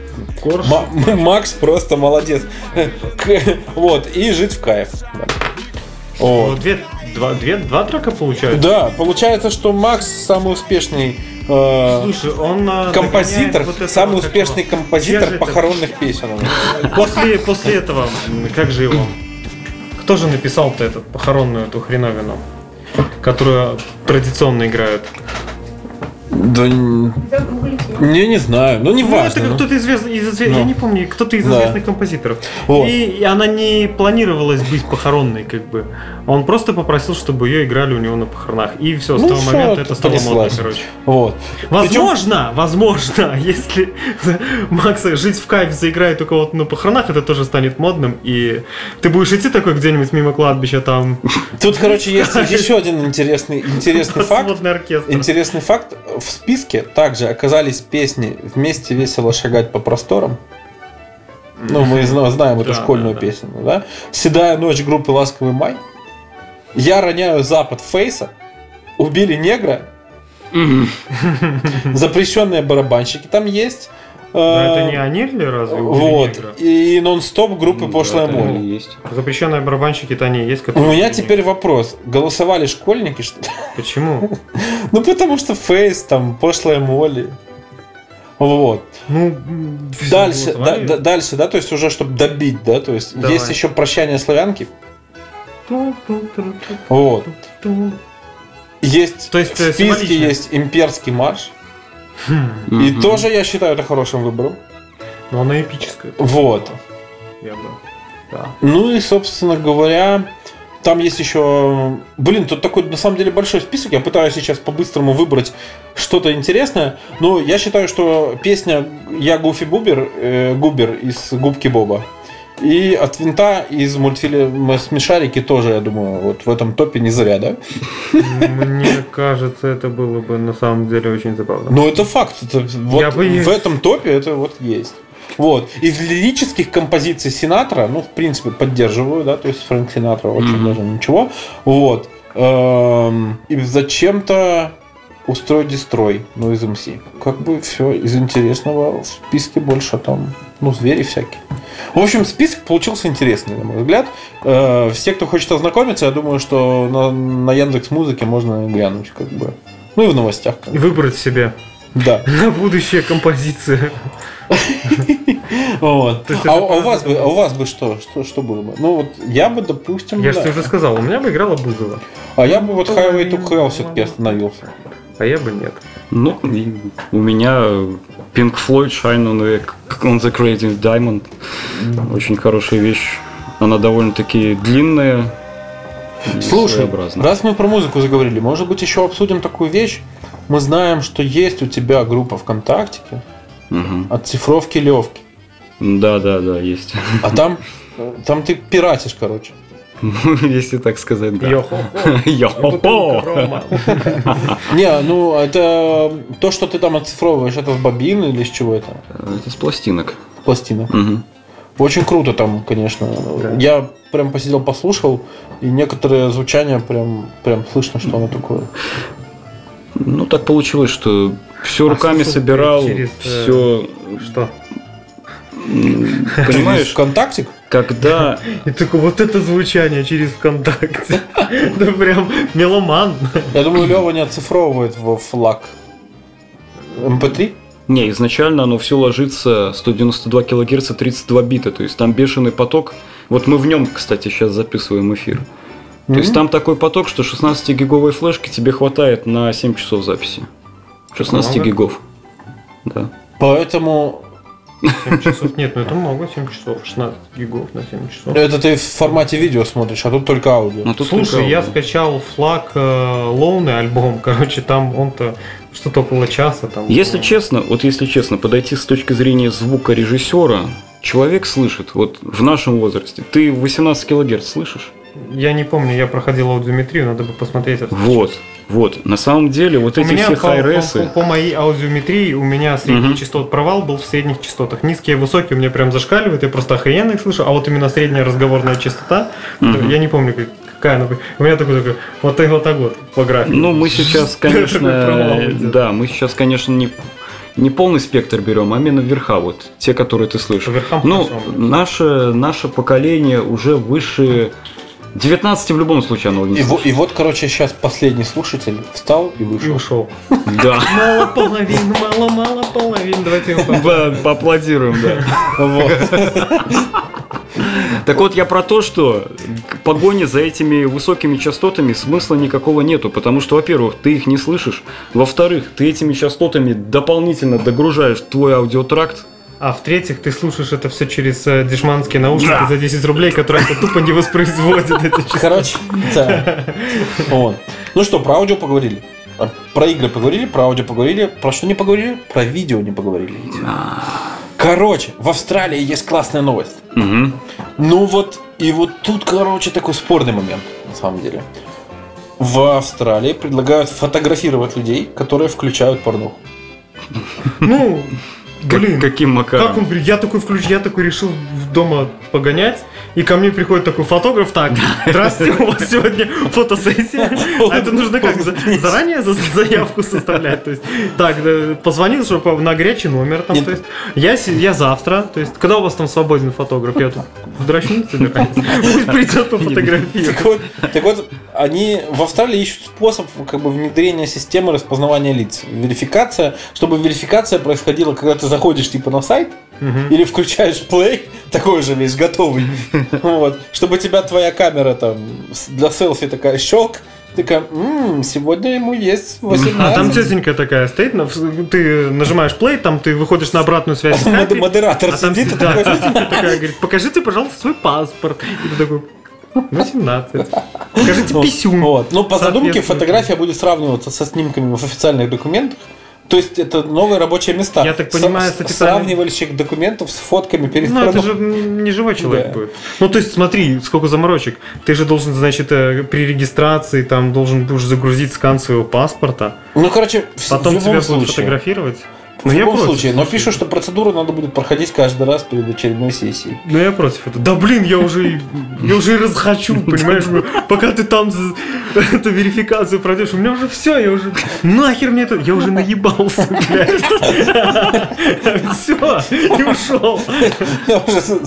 Speaker 4: Корж.
Speaker 2: Ма- М- Макс просто молодец. К- Вот. И жить в кайф. Вот.
Speaker 4: Вот две, Два, две, два трека получается?
Speaker 2: Да, получается, что Макс самый успешный э,
Speaker 4: Слушай, он а,
Speaker 2: композитор,
Speaker 4: догоняет вот этого,
Speaker 2: самый
Speaker 4: как
Speaker 2: успешный
Speaker 4: его,
Speaker 2: композитор
Speaker 4: Держит
Speaker 2: похоронных песен.
Speaker 4: После, после этого, м, как же его? Кто же написал-то этот похоронную эту хреновину? Которую традиционно играют.
Speaker 2: Да, не, не знаю, ну не
Speaker 4: Ну, это как кто-то известный, из изве-
Speaker 2: Ну.
Speaker 4: я не помню, кто-то из
Speaker 2: Да.
Speaker 4: известных композиторов.
Speaker 2: Вот.
Speaker 4: И, и она не планировалась быть похоронной, как бы. Он просто попросил, чтобы ее играли у него на похоронах. И все, с
Speaker 2: Ну,
Speaker 4: того
Speaker 2: всё,
Speaker 4: момента это стало модно,
Speaker 2: понеслась.
Speaker 4: короче.
Speaker 2: Вот.
Speaker 4: Возможно, возможно, если Макс жить в кайф заиграет у кого-то на похоронах, это тоже станет модным, и ты будешь идти такой где-нибудь мимо кладбища, там
Speaker 2: Тут, короче, есть еще один интересный, интересный факт.
Speaker 4: сводный оркестр.
Speaker 2: Интересный факт. В списке также оказались песни «Вместе весело шагать по просторам». Ну, мы зна- знаем эту
Speaker 4: Да,
Speaker 2: школьную
Speaker 4: да, да.
Speaker 2: песню, да? «Седая ночь» группы «Ласковый май». «Я роняю запад» Фейса. «Убили негра».
Speaker 3: Мгм.
Speaker 2: «Запрещенные барабанщики» там есть.
Speaker 4: Но это
Speaker 2: Э,
Speaker 4: не они ли разве? убили негра?
Speaker 2: Вот. И нон-стоп группы «Пошлая
Speaker 3: Да, так
Speaker 2: моль».
Speaker 3: и есть.
Speaker 4: Запрещенные барабанщики то они и есть,
Speaker 2: У
Speaker 4: которые...
Speaker 2: меня
Speaker 4: убили
Speaker 2: теперь вопрос. Голосовали школьники, что ли?
Speaker 4: негра. Почему?
Speaker 2: Ну, потому что Фейс, там, пошлая Молли. Вот.
Speaker 4: Ну, м,
Speaker 2: Дальше, да,
Speaker 4: голосовали.
Speaker 2: да- дальше, да, то есть уже, чтобы добить, да, то есть
Speaker 4: Давай.
Speaker 2: есть еще прощание славянки,
Speaker 4: Ту-ту-ту-ту-ту.
Speaker 2: вот. Есть
Speaker 4: То есть,
Speaker 2: в
Speaker 4: э,
Speaker 2: списке
Speaker 4: символично.
Speaker 2: есть имперский марш,
Speaker 4: Хм,
Speaker 3: Мгм.
Speaker 2: и тоже я считаю это хорошим выбором,
Speaker 4: Но она эпическая.
Speaker 2: вот.
Speaker 4: Я бы- Да.
Speaker 2: Ну и, собственно говоря, там есть еще... Блин, тут такой, на самом деле, большой список. Я пытаюсь сейчас по-быстрому выбрать что-то интересное. Но я считаю, что песня «Я Гуфи Бубер», э, Губер из «Губки Боба», и от винта из мультфильма «Смешарики» тоже, я думаю, вот в этом топе не зря, да?
Speaker 4: Мне кажется, это было бы на самом деле очень забавно.
Speaker 2: Но Ну, это факт. это вот
Speaker 4: типа. Я бы-
Speaker 2: в этом топе это вот есть. Вот. Из лирических композиций Синатра, ну, в принципе, поддерживаю, да, то есть Фрэнк Синатра очень
Speaker 3: Мгм.
Speaker 2: даже ничего. Вот. Эм, и зачем-то устрой дестрой, ну, из МС. Как бы все из интересного в списке больше там, ну, звери всякие. В общем, список получился интересный, на мой взгляд. Э, все, кто хочет ознакомиться, я думаю, что на, на Яндекс Музыке можно глянуть, как бы. Ну и в новостях. как бы.
Speaker 4: Выбрать себе
Speaker 2: Да.
Speaker 4: на будущее композиции.
Speaker 2: Вот.
Speaker 4: То есть
Speaker 2: А,
Speaker 4: это
Speaker 2: у- а у вас бы,
Speaker 4: правда?
Speaker 2: а у вас бы что, что, что было бы? Ну вот я бы, допустим,
Speaker 4: Я же
Speaker 2: да.
Speaker 4: тебе уже сказал, у меня бы играла Бузова,
Speaker 2: а я бы вот
Speaker 4: Ну,
Speaker 2: Highway to Hell
Speaker 4: ладно.
Speaker 2: все-таки остановился.
Speaker 4: а я бы нет.
Speaker 3: Ну, и у меня э, Pink Floyd Shine on the, on the Creative Diamond. Очень хорошая вещь. Она довольно-таки длинная. и
Speaker 2: Слушай,
Speaker 3: своеобразная.
Speaker 2: раз мы про музыку заговорили, может быть еще обсудим такую вещь. Мы знаем, что есть у тебя группа ВКонтактике
Speaker 3: Мгм.
Speaker 2: от цифровки Левки.
Speaker 3: Да, да, да, есть.
Speaker 2: А там, э, там ты пиратишь, короче.
Speaker 3: Ну, Если так сказать, да.
Speaker 4: Йо-хо-хо.
Speaker 3: Йо-хо-хо!
Speaker 2: Не, ну это то, что ты там оцифровываешь, это с бобины или с чего это?
Speaker 3: Это с пластинок.
Speaker 2: Пластинок.
Speaker 3: Мгм.
Speaker 2: Очень круто там, конечно. Я прям посидел, послушал, и некоторые звучания прям, прям слышно, что оно такое.
Speaker 3: Ну, так получилось, что все
Speaker 4: А
Speaker 3: руками
Speaker 4: слушал ты
Speaker 3: собирал,
Speaker 4: через, э,
Speaker 3: все...
Speaker 4: Что?
Speaker 2: Через
Speaker 3: Понимаешь,
Speaker 2: ВКонтактик?
Speaker 3: когда
Speaker 4: И только вот это звучание через ВКонтакте. Да прям меломан.
Speaker 2: Я думаю, Лева не оцифровывает в флаг. МП3?
Speaker 3: Не, изначально оно все ложится 192 килогерца, 32 бита, то есть там бешеный поток. Вот мы в нем, кстати, сейчас записываем эфир. То есть там такой поток, что 16-гиговой флешки тебе хватает на 7 часов записи. 16
Speaker 4: Много.
Speaker 3: гигов. Да.
Speaker 2: Поэтому
Speaker 4: 7 часов. Нет, ну это много, 7 часов. 16 гигов на 7 часов.
Speaker 2: это ты в формате видео смотришь, а тут только аудио.
Speaker 3: Но Э, тут
Speaker 4: Слушай,
Speaker 3: только
Speaker 4: я
Speaker 3: аудио.
Speaker 4: скачал флаг э, Лоуны альбом, короче, там он-то что-то около часа там.
Speaker 3: Если
Speaker 4: было.
Speaker 3: честно, вот если честно, подойти с точки зрения звукорежиссера, человек слышит, вот в нашем возрасте, ты 18 килогерц слышишь?
Speaker 4: Я не помню, я проходил аудиометрию, надо бы посмотреть а это.
Speaker 3: Вот, вот, на самом деле вот
Speaker 4: У
Speaker 3: эти
Speaker 4: меня
Speaker 3: все
Speaker 4: по, по-
Speaker 3: хайресы...
Speaker 4: по- по моей аудиометрии у меня средний
Speaker 3: Мгм.
Speaker 4: частот провал был в средних частотах. Низкие и высокие у меня прям зашкаливают, я просто охрененно их слышу. А вот именно средняя разговорная частота,
Speaker 3: Мгм.
Speaker 4: я не помню, как- какая она. У меня такой такой вот так вот так вот по графику.
Speaker 3: Ну, мы сейчас,
Speaker 4: Такой провал
Speaker 3: конечно, э,
Speaker 4: идет.
Speaker 3: да, мы сейчас, конечно, не не полный спектр берем, а именно верха, вот те, которые ты
Speaker 4: По
Speaker 3: слышишь.
Speaker 4: верхам
Speaker 3: Ну,
Speaker 4: хорошо.
Speaker 3: наше, наше поколение уже выше 19 в любом случае оно не
Speaker 2: И, во- и вот, короче, сейчас последний слушатель встал и
Speaker 4: И
Speaker 2: вышел.
Speaker 4: ушел.
Speaker 3: слышит. Да.
Speaker 4: Мало половин, мало-мало половин. Давайте ему поп-
Speaker 3: Да, поаплодируем, да. Так вот, я про то, что погони за этими высокими частотами смысла никакого нету, потому что, во-первых, ты их не слышишь, во-вторых, ты этими частотами дополнительно догружаешь твой аудиотракт,
Speaker 4: А в-третьих, ты слушаешь это все через э, дешманские наушники за 10 рублей, которые это тупо не воспроизводят. эти частоты.
Speaker 2: Короче, да. Вот. Ну что, про аудио поговорили. Про игры поговорили, про аудио поговорили. Про что не поговорили? Про видео не поговорили. Короче, в Австралии есть классная новость.
Speaker 3: Мгм.
Speaker 2: Ну вот, и вот тут, короче, такой спорный момент, на самом деле. В Австралии предлагают фотографировать людей, которые включают порнуху.
Speaker 4: Ну,
Speaker 3: Как-
Speaker 4: блин.
Speaker 3: каким
Speaker 4: Как он,
Speaker 3: макаром?
Speaker 4: при- я такой включ, я такой решил в- дома погонять, и ко мне приходит такой фотограф, так, здравствуйте, у вас сегодня фотосессия, а это нужно как, за- заранее за- заявку составлять, то есть, так, да, позвонил, чтобы на горячий номер, там,
Speaker 2: Нет.
Speaker 4: то есть, я, се- я завтра, то есть, когда у вас там свободен фотограф, я тут в дрочню собираюсь, пусть придет пофотографировать.
Speaker 2: Так вот, так вот, они в Австралии ищут способ как бы внедрения системы распознавания лиц. Верификация, чтобы верификация происходила, когда ты заходишь типа на сайт
Speaker 4: Мгм.
Speaker 2: или включаешь плей, такой же весь готовый. Вот. Чтобы тебя твоя камера там с- для селфи такая щелк, ты такая, «М, сегодня ему есть
Speaker 4: А
Speaker 2: 18.
Speaker 4: там тетенька такая стоит, на- ты нажимаешь плей, там ты выходишь на обратную связь. с
Speaker 2: Мод-
Speaker 4: камерой,
Speaker 2: Модератор
Speaker 4: А там
Speaker 2: сидит и
Speaker 4: да,
Speaker 2: такой,
Speaker 4: тетенька такая говорит, покажите, пожалуйста, свой паспорт. И ты такой, 18. Покажите писюн.
Speaker 2: Вот. Ну, по задумке
Speaker 4: Соответственно.
Speaker 2: фотография будет сравниваться со снимками в официальных документах. То есть это новые рабочие места.
Speaker 4: Я так понимаю,
Speaker 2: С-
Speaker 4: с официальными-
Speaker 2: сравнивальщик документов с фотками перед
Speaker 4: Ну, это
Speaker 2: продук-
Speaker 4: же м, не живой человек
Speaker 2: Да.
Speaker 4: будет. Ну, то есть, смотри, сколько заморочек. Ты же должен, значит, э, при регистрации там должен будешь загрузить скан своего паспорта.
Speaker 2: Ну, короче, в, в
Speaker 4: Потом
Speaker 2: любом
Speaker 4: тебя будут
Speaker 2: случае.
Speaker 4: фотографировать. Ну,
Speaker 2: В
Speaker 4: я
Speaker 2: любом
Speaker 4: против,
Speaker 2: случае, но
Speaker 4: слушай.
Speaker 2: пишут, что процедуру надо будет проходить каждый раз перед очередной сессией.
Speaker 4: Ну я против этого. Да блин, я уже, и- я уже и разхочу, понимаешь? Пока ты там за- эту верификацию пройдешь, у меня уже все, я уже нахер мне это, я уже наебался, блядь. Все, и ушел.
Speaker 2: Я уже с-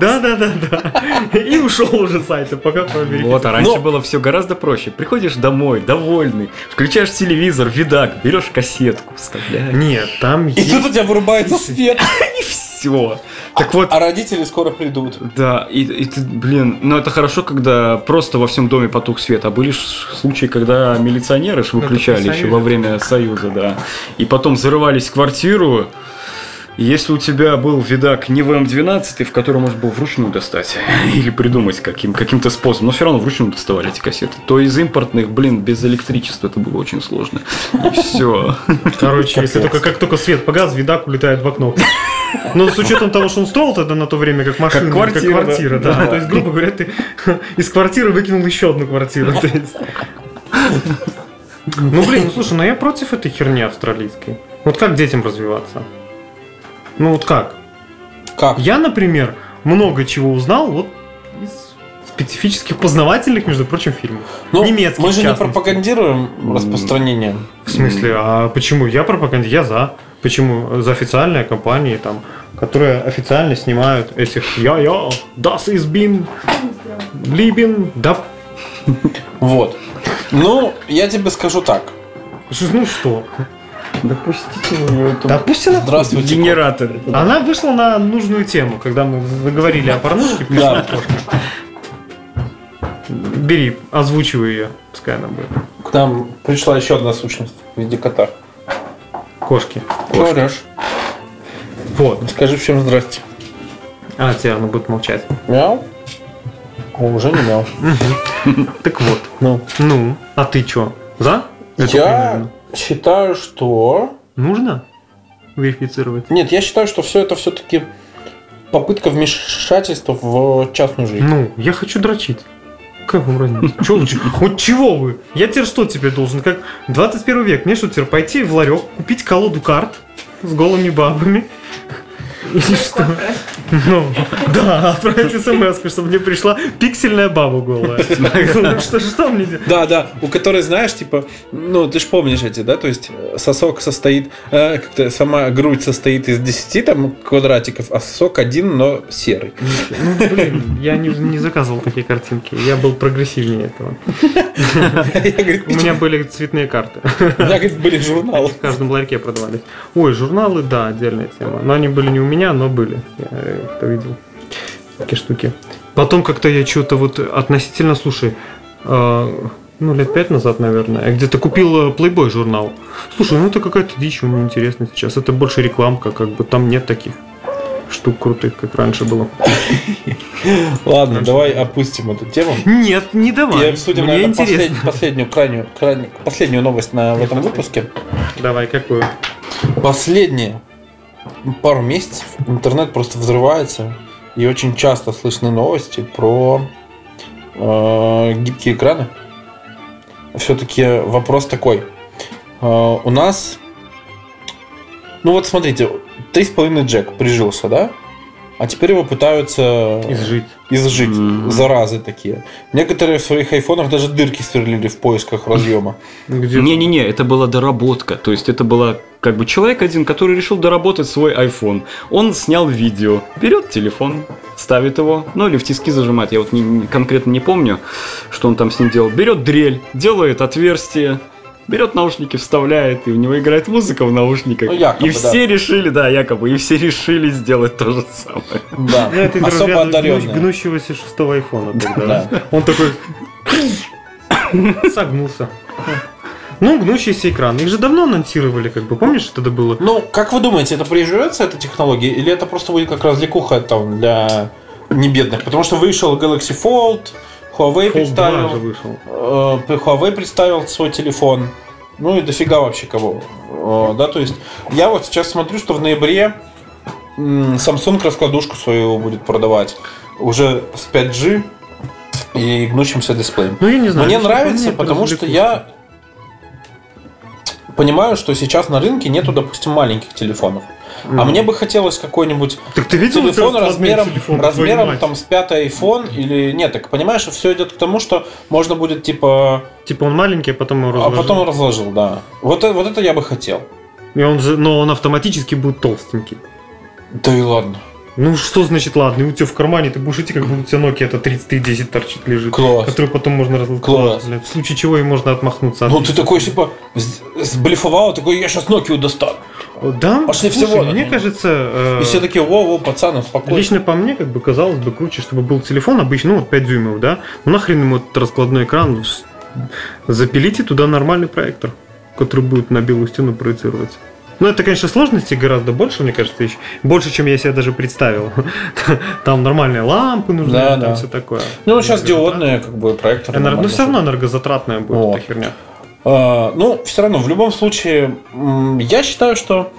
Speaker 4: Да, да, да, да. И ушел уже с сайта, пока про
Speaker 3: Вот,
Speaker 4: верификацию.
Speaker 3: а раньше
Speaker 2: Но-
Speaker 3: было все гораздо проще. Приходишь домой, довольный, включаешь телевизор, видак, берешь кассетку, вставляешь,
Speaker 4: Нет, там
Speaker 2: И
Speaker 4: есть.
Speaker 2: тут у тебя вырубается свет.
Speaker 3: и все. Так вот,
Speaker 2: А родители скоро придут.
Speaker 3: Да, и, и ты, блин, ну это хорошо, когда просто во всем доме потух свет, а были ж случаи, когда милиционеры ж
Speaker 4: Ну, это
Speaker 3: выключали
Speaker 4: при
Speaker 3: еще во
Speaker 4: Союзе.
Speaker 3: время Союза, да, и потом зарывались в квартиру, И если у тебя был видак не в М12, и в который можно было вручную достать, или придумать каким, каким-то способом, но все равно вручную доставали эти кассеты, то из импортных, блин, без электричества это было очень сложно. И все.
Speaker 4: Короче, если только как только свет погас, видак улетает в окно. Но с учетом того, что он стоил тогда на то время, как машина, как
Speaker 3: квартира,
Speaker 4: квартира,
Speaker 3: да.
Speaker 4: да. То есть, грубо говоря, ты из квартиры выкинул еще одну квартиру. то есть. Ну, блин, ну слушай, ну я против этой херни австралийской. Вот как детям развиваться? Ну вот как?
Speaker 2: Как?
Speaker 4: Я, например, много чего узнал вот из специфических познавательных, между прочим, фильмов.
Speaker 2: Ну,
Speaker 4: Немецких,
Speaker 2: мы же не
Speaker 4: в частности.
Speaker 2: пропагандируем
Speaker 3: М.
Speaker 2: распространение.
Speaker 4: В смысле, а почему? Я пропаганда, я за. Почему? За официальные компании, там, которые официально снимают этих я-я, das ist bin, lieben, да.
Speaker 2: Вот. Ну, я тебе скажу так.
Speaker 4: Ж- Ну что?
Speaker 3: Допустите мне
Speaker 4: Да пусть она...
Speaker 2: Здравствуйте.
Speaker 3: Генератор.
Speaker 4: Она вышла на нужную тему, когда мы говорили о порнушке.
Speaker 2: Да.
Speaker 4: Бери, озвучивай ее, пускай она будет.
Speaker 2: К нам пришла еще одна сущность в виде кота.
Speaker 4: Кошки.
Speaker 2: Что орешь?
Speaker 4: Вот.
Speaker 2: Скажи всем здрасте.
Speaker 4: А, теперь она будет молчать.
Speaker 2: Мяу? О, уже не мяу.
Speaker 4: Так вот.
Speaker 2: Ну.
Speaker 4: Ну, а ты чё? За? Это
Speaker 2: Я
Speaker 4: примерно.
Speaker 2: считаю, что...
Speaker 4: Нужно верифицировать?
Speaker 2: Нет, я считаю, что все это все-таки попытка вмешательства в частную жизнь.
Speaker 4: Ну, я хочу дрочить. Как вам разница? Чё вы- чё- Вот чего вы? Я теперь что тебе должен? Как 21 век? Мне что теперь пойти в ларек, купить колоду карт с голыми бабами? Или что? Ну, да, отправить смс чтобы мне пришла пиксельная баба голая. Ну, Что же там мне делать?
Speaker 2: Да, да, у которой, знаешь, типа, ну, ты же помнишь эти, да, то есть э, сосок состоит, э, как-то сама грудь состоит из 10 там квадратиков, а сосок один, но серый.
Speaker 4: Ну, блин, я не, не заказывал такие картинки. Я был прогрессивнее этого.
Speaker 2: Я, говорит,
Speaker 4: У меня были цветные карты.
Speaker 2: у меня, говорит, были журналы.
Speaker 4: В каждом ларьке продавались. Ой, журналы, да, отдельная тема. Но они были не у меня, но были. Я э, это видел. Такие штуки. Потом как-то я что-то вот относительно, слушай, э, ну, лет пять назад, наверное, я где-то купил плейбой журнал. Слушай, ну это какая-то дичь, он неинтересный сейчас. Это больше рекламка, как бы там нет таких штук крутых, как раньше было.
Speaker 2: Ладно, давай опустим эту тему.
Speaker 4: Нет, не
Speaker 2: И
Speaker 4: давай.
Speaker 2: обсудим,
Speaker 4: Мне
Speaker 2: наверное, послед-
Speaker 4: интересно.
Speaker 2: последнюю, крайнюю, крайнюю- последнюю новость на, в этом выпуске.
Speaker 4: Давай, какую?
Speaker 2: Последние пару месяцев интернет просто взрывается, и очень часто слышны новости про э, гибкие экраны. Все-таки вопрос такой. Э, у нас... Ну вот смотрите, 3,5 джек прижился, да? А теперь его пытаются
Speaker 4: Изжить.
Speaker 2: изжить.
Speaker 3: Мгм.
Speaker 2: Заразы такие. Некоторые в своих айфонах даже дырки сверлили в поисках разъема.
Speaker 4: Где?
Speaker 3: Не-не-не, это была доработка. То есть это была как бы человек один, который решил доработать свой iPhone. Он снял видео, берет телефон, ставит его, ну или в тиски зажимает, я вот не- не- конкретно не помню, что он там с ним делал. Берет дрель, делает отверстие, берет наушники, вставляет, и у него играет музыка в наушниках.
Speaker 2: Ну, якобы,
Speaker 3: и все решили, да, якобы, и все решили сделать то же самое.
Speaker 2: Да.
Speaker 4: Ну, это из
Speaker 2: Особо
Speaker 4: разряда гну-
Speaker 2: одаренные.
Speaker 4: гнущегося шестого айфона тогда.
Speaker 2: Да.
Speaker 4: Он такой согнулся. Ну, гнущийся экран. Их же давно анонсировали, как бы. Помнишь, что это было?
Speaker 2: Ну, как вы думаете, это приживется эта технология, или это просто будет как развлекуха там для небедных? Потому что вышел Galaxy Fold, Huawei
Speaker 4: Fold 2 же
Speaker 2: представил,
Speaker 4: вышел.
Speaker 2: э, Huawei представил свой телефон, ну и дофига вообще кого, Э, да, то есть я вот сейчас смотрю, что в ноябре м, Samsung раскладушку свою будет продавать уже с 5G и гнущимся дисплеем.
Speaker 4: Ну, я не знаю.
Speaker 2: Мне
Speaker 4: если
Speaker 2: нравится,
Speaker 4: помню,
Speaker 2: потому что
Speaker 4: развлекуха.
Speaker 2: я понимаю, что сейчас на рынке нету, допустим, маленьких телефонов. А
Speaker 4: Мгм.
Speaker 2: мне бы хотелось какой-нибудь
Speaker 4: Так ты видел
Speaker 2: телефон
Speaker 4: этот раздатный
Speaker 2: размером,
Speaker 4: телефон, твою
Speaker 2: размером
Speaker 4: мать?
Speaker 2: там с пятый iPhone или нет, так понимаешь, все идет к тому, что можно будет типа,
Speaker 4: Типа он маленький, а потом его
Speaker 2: а
Speaker 4: разложил.
Speaker 2: потом разложил, да. Вот, э- вот это я бы хотел.
Speaker 4: И он же, но он автоматически будет толстенький.
Speaker 2: Да и ладно.
Speaker 4: Ну что значит ладно, и у тебя в кармане ты будешь идти, как будто у тебя Nokia это 3310 торчит лежит.
Speaker 2: Класс.
Speaker 4: Который потом можно разложить.
Speaker 2: Класс.
Speaker 4: В случае чего и можно отмахнуться. от
Speaker 2: Ну
Speaker 4: них.
Speaker 2: ты такой типа с- сблифовал, такой я сейчас Nokia достану.
Speaker 4: Да?
Speaker 2: Пошли
Speaker 4: Слушай,
Speaker 2: всего на
Speaker 4: Мне
Speaker 2: нем.
Speaker 4: кажется, э,
Speaker 2: И все такие, во, во, пацан, успокойся.
Speaker 4: лично по мне, как бы казалось бы круче, чтобы был телефон обычный, ну вот 5 дюймов, да? Ну нахрен ему этот раскладной экран, С- запилите туда нормальный проектор, который будет на белую стену проецировать. Ну, это, конечно, сложностей гораздо больше, мне кажется, еще. Больше, чем я себе даже представил. Там нормальные лампы нужны,
Speaker 2: Да,
Speaker 4: там
Speaker 2: да.
Speaker 4: все такое.
Speaker 2: Ну сейчас диодные как бы проекторы.
Speaker 4: Энер- Ну,
Speaker 2: нормально
Speaker 4: все равно энергозатратная будет
Speaker 2: Вот.
Speaker 4: эта херня.
Speaker 2: А, ну, все равно, в любом случае, м, я считаю, что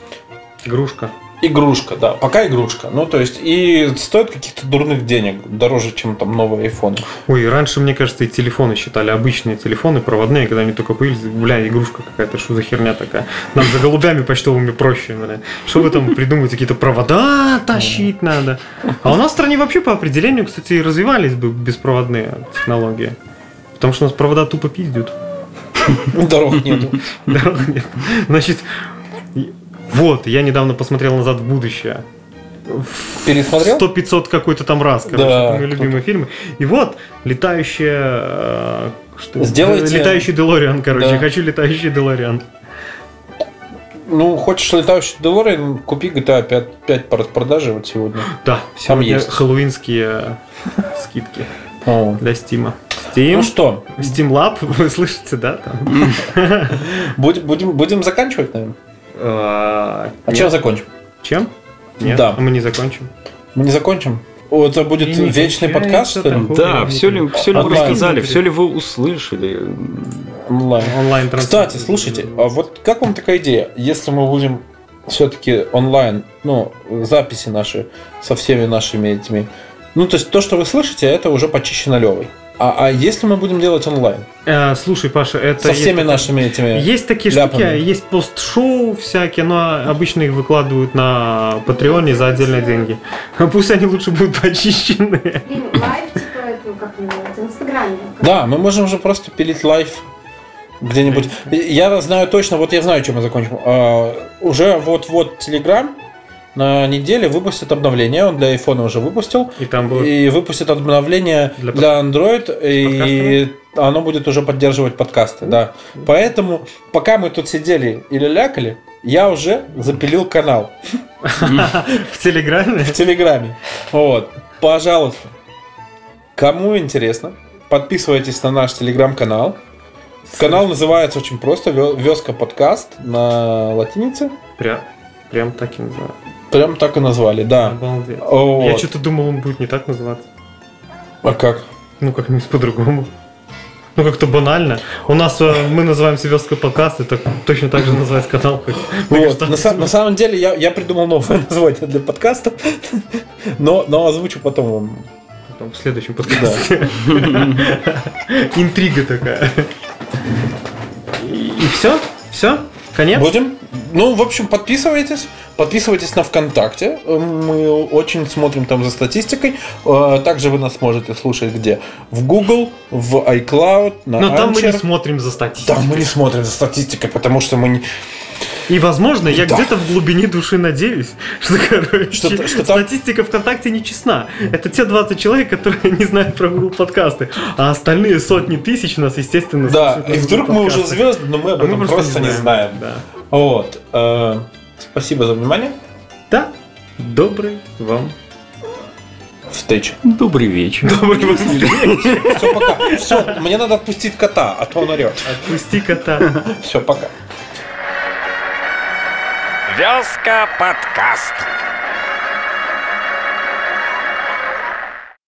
Speaker 4: Игрушка.
Speaker 2: игрушка, да, пока игрушка. Ну, то есть, и стоит каких-то дурных денег, дороже, чем там новый iPhone.
Speaker 4: Ой, раньше, мне кажется, и телефоны считали обычные телефоны, проводные, когда они только появились, бля, игрушка какая-то, что за херня такая. Нам за голубями почтовыми проще, бля. Что вы там придумываете, какие-то провода тащить надо. А у нас в стране вообще по определению, кстати, и развивались бы беспроводные технологии. Потому что у нас провода тупо пиздят.
Speaker 2: Ну, Дорог нету.
Speaker 4: Дорог нет. Значит, и- вот, я недавно посмотрел назад в будущее.
Speaker 2: Пересмотрел?
Speaker 4: 100-500 какой-то там раз, короче,
Speaker 2: Да,
Speaker 4: это мои
Speaker 2: круто.
Speaker 4: любимые фильмы. И вот, летающие... э, Что?
Speaker 2: Сделайте-
Speaker 4: Летающий Делориан, короче.
Speaker 2: Да.
Speaker 4: Я хочу летающий Делориан.
Speaker 2: Ну, хочешь летающий DeLorean, купи GTA 5, 5 по распродаже вот сегодня.
Speaker 4: Да, сегодня
Speaker 2: есть.
Speaker 4: хэллоуинские э, скидки
Speaker 2: О.
Speaker 4: для Стима.
Speaker 2: Ну
Speaker 4: Steam,
Speaker 2: что,
Speaker 4: Steam Lab, вы слышите, да? Там?
Speaker 2: будем, будем, будем заканчивать, наверное?
Speaker 4: А,
Speaker 2: А
Speaker 4: нет.
Speaker 2: чем закончим?
Speaker 4: Чем? Нет,
Speaker 2: Да.
Speaker 4: а мы не закончим.
Speaker 2: Мы не закончим? О, Это будет
Speaker 4: И не
Speaker 2: вечный подкаст, что ли?
Speaker 4: кончается
Speaker 3: Да,
Speaker 4: Ой,
Speaker 3: все ли, все ли вы
Speaker 2: Онлайн.
Speaker 3: рассказали, все ли вы услышали?
Speaker 2: Онлайн.
Speaker 4: Онлайн
Speaker 2: Кстати, слушайте, а вот как вам такая идея, если мы будем все-таки онлайн, ну, записи наши со всеми нашими этими. Ну, то есть то, что вы слышите, это уже почищено Левой. А, а если мы будем делать онлайн?
Speaker 4: Э, слушай, Паша, это...
Speaker 2: Со
Speaker 4: есть
Speaker 2: всеми
Speaker 4: такая-
Speaker 2: нашими этими...
Speaker 4: Есть такие
Speaker 2: Э, ляпами.
Speaker 4: штуки, есть пост-шоу всякие, но обычно их выкладывают на Патреоне за отдельные деньги. А Пусть они лучше будут почищены.
Speaker 5: Блин, лайв, типа, это, как называется, в Инстаграме.
Speaker 2: Да, мы можем же просто пилить лайф где-нибудь. Я знаю точно, вот я знаю, чем мы закончим. А, уже вот-вот Телеграм на неделе выпустит обновление, он для айфона уже выпустил,
Speaker 4: И там будет...
Speaker 2: и выпустит обновление
Speaker 4: Для
Speaker 2: для,
Speaker 4: под-
Speaker 2: Android, и оно будет уже поддерживать подкасты, да. Поэтому, пока мы тут сидели или лякали, я уже запилил канал
Speaker 4: В Телеграме?
Speaker 2: в Телеграме. Вот. Пожалуйста. Кому интересно, подписывайтесь на наш Телеграм-канал. Канал называется очень просто «Вё- «Вёска подкаст» на латинице.
Speaker 4: Прям, прям так и называется.
Speaker 2: Прям так и назвали, да.
Speaker 4: Обалдеть.
Speaker 2: Вот.
Speaker 4: Я что-то думал, он будет не так называться.
Speaker 2: А как?
Speaker 4: Ну, как-нибудь по-другому. Ну, как-то банально. У нас э, мы называем «Северский подкаст, и так, точно так же называется канал. хоть. Мне
Speaker 2: Ну Вот,
Speaker 4: кажется,
Speaker 2: на, са- на самом деле я, я придумал новое название для подкаста, но, но озвучу потом вам.
Speaker 4: потом в следующем подкасте. Интрига такая. И все? Все? Конец?
Speaker 2: Будем? Ну, в общем, подписывайтесь. Подписывайтесь на ВКонтакте. Мы очень смотрим там за статистикой. Э, Также вы нас можете слушать где? В Google, в iCloud, на
Speaker 4: Но там мы не
Speaker 2: Anchor.
Speaker 4: смотрим за статистикой.
Speaker 2: Там мы не смотрим за статистикой, потому что мы не...
Speaker 4: И, возможно, я
Speaker 2: Да.
Speaker 4: где-то в глубине души надеюсь, что, короче,
Speaker 2: Что-то- что там-
Speaker 4: статистика ВКонтакте не честна. Это те 20 человек, которые не знают про Google подкасты. А остальные сотни тысяч нас, естественно,
Speaker 2: Да,
Speaker 4: слушают на
Speaker 2: и
Speaker 4: Google
Speaker 2: вдруг мы
Speaker 4: подкастах.
Speaker 2: уже звезды, но мы
Speaker 4: А
Speaker 2: об
Speaker 4: мы
Speaker 2: этом просто не знаем.
Speaker 4: Да.
Speaker 2: Вот. э, Спасибо за внимание.
Speaker 4: да. Добрый вам.
Speaker 2: Встреча.
Speaker 3: Добрый вечер.
Speaker 4: Добрый вам день.
Speaker 2: Все, пока. Все, мне надо отпустить кота, а то он орет.
Speaker 4: Отпусти кота.
Speaker 2: Все, пока.
Speaker 1: Вязка подкаст.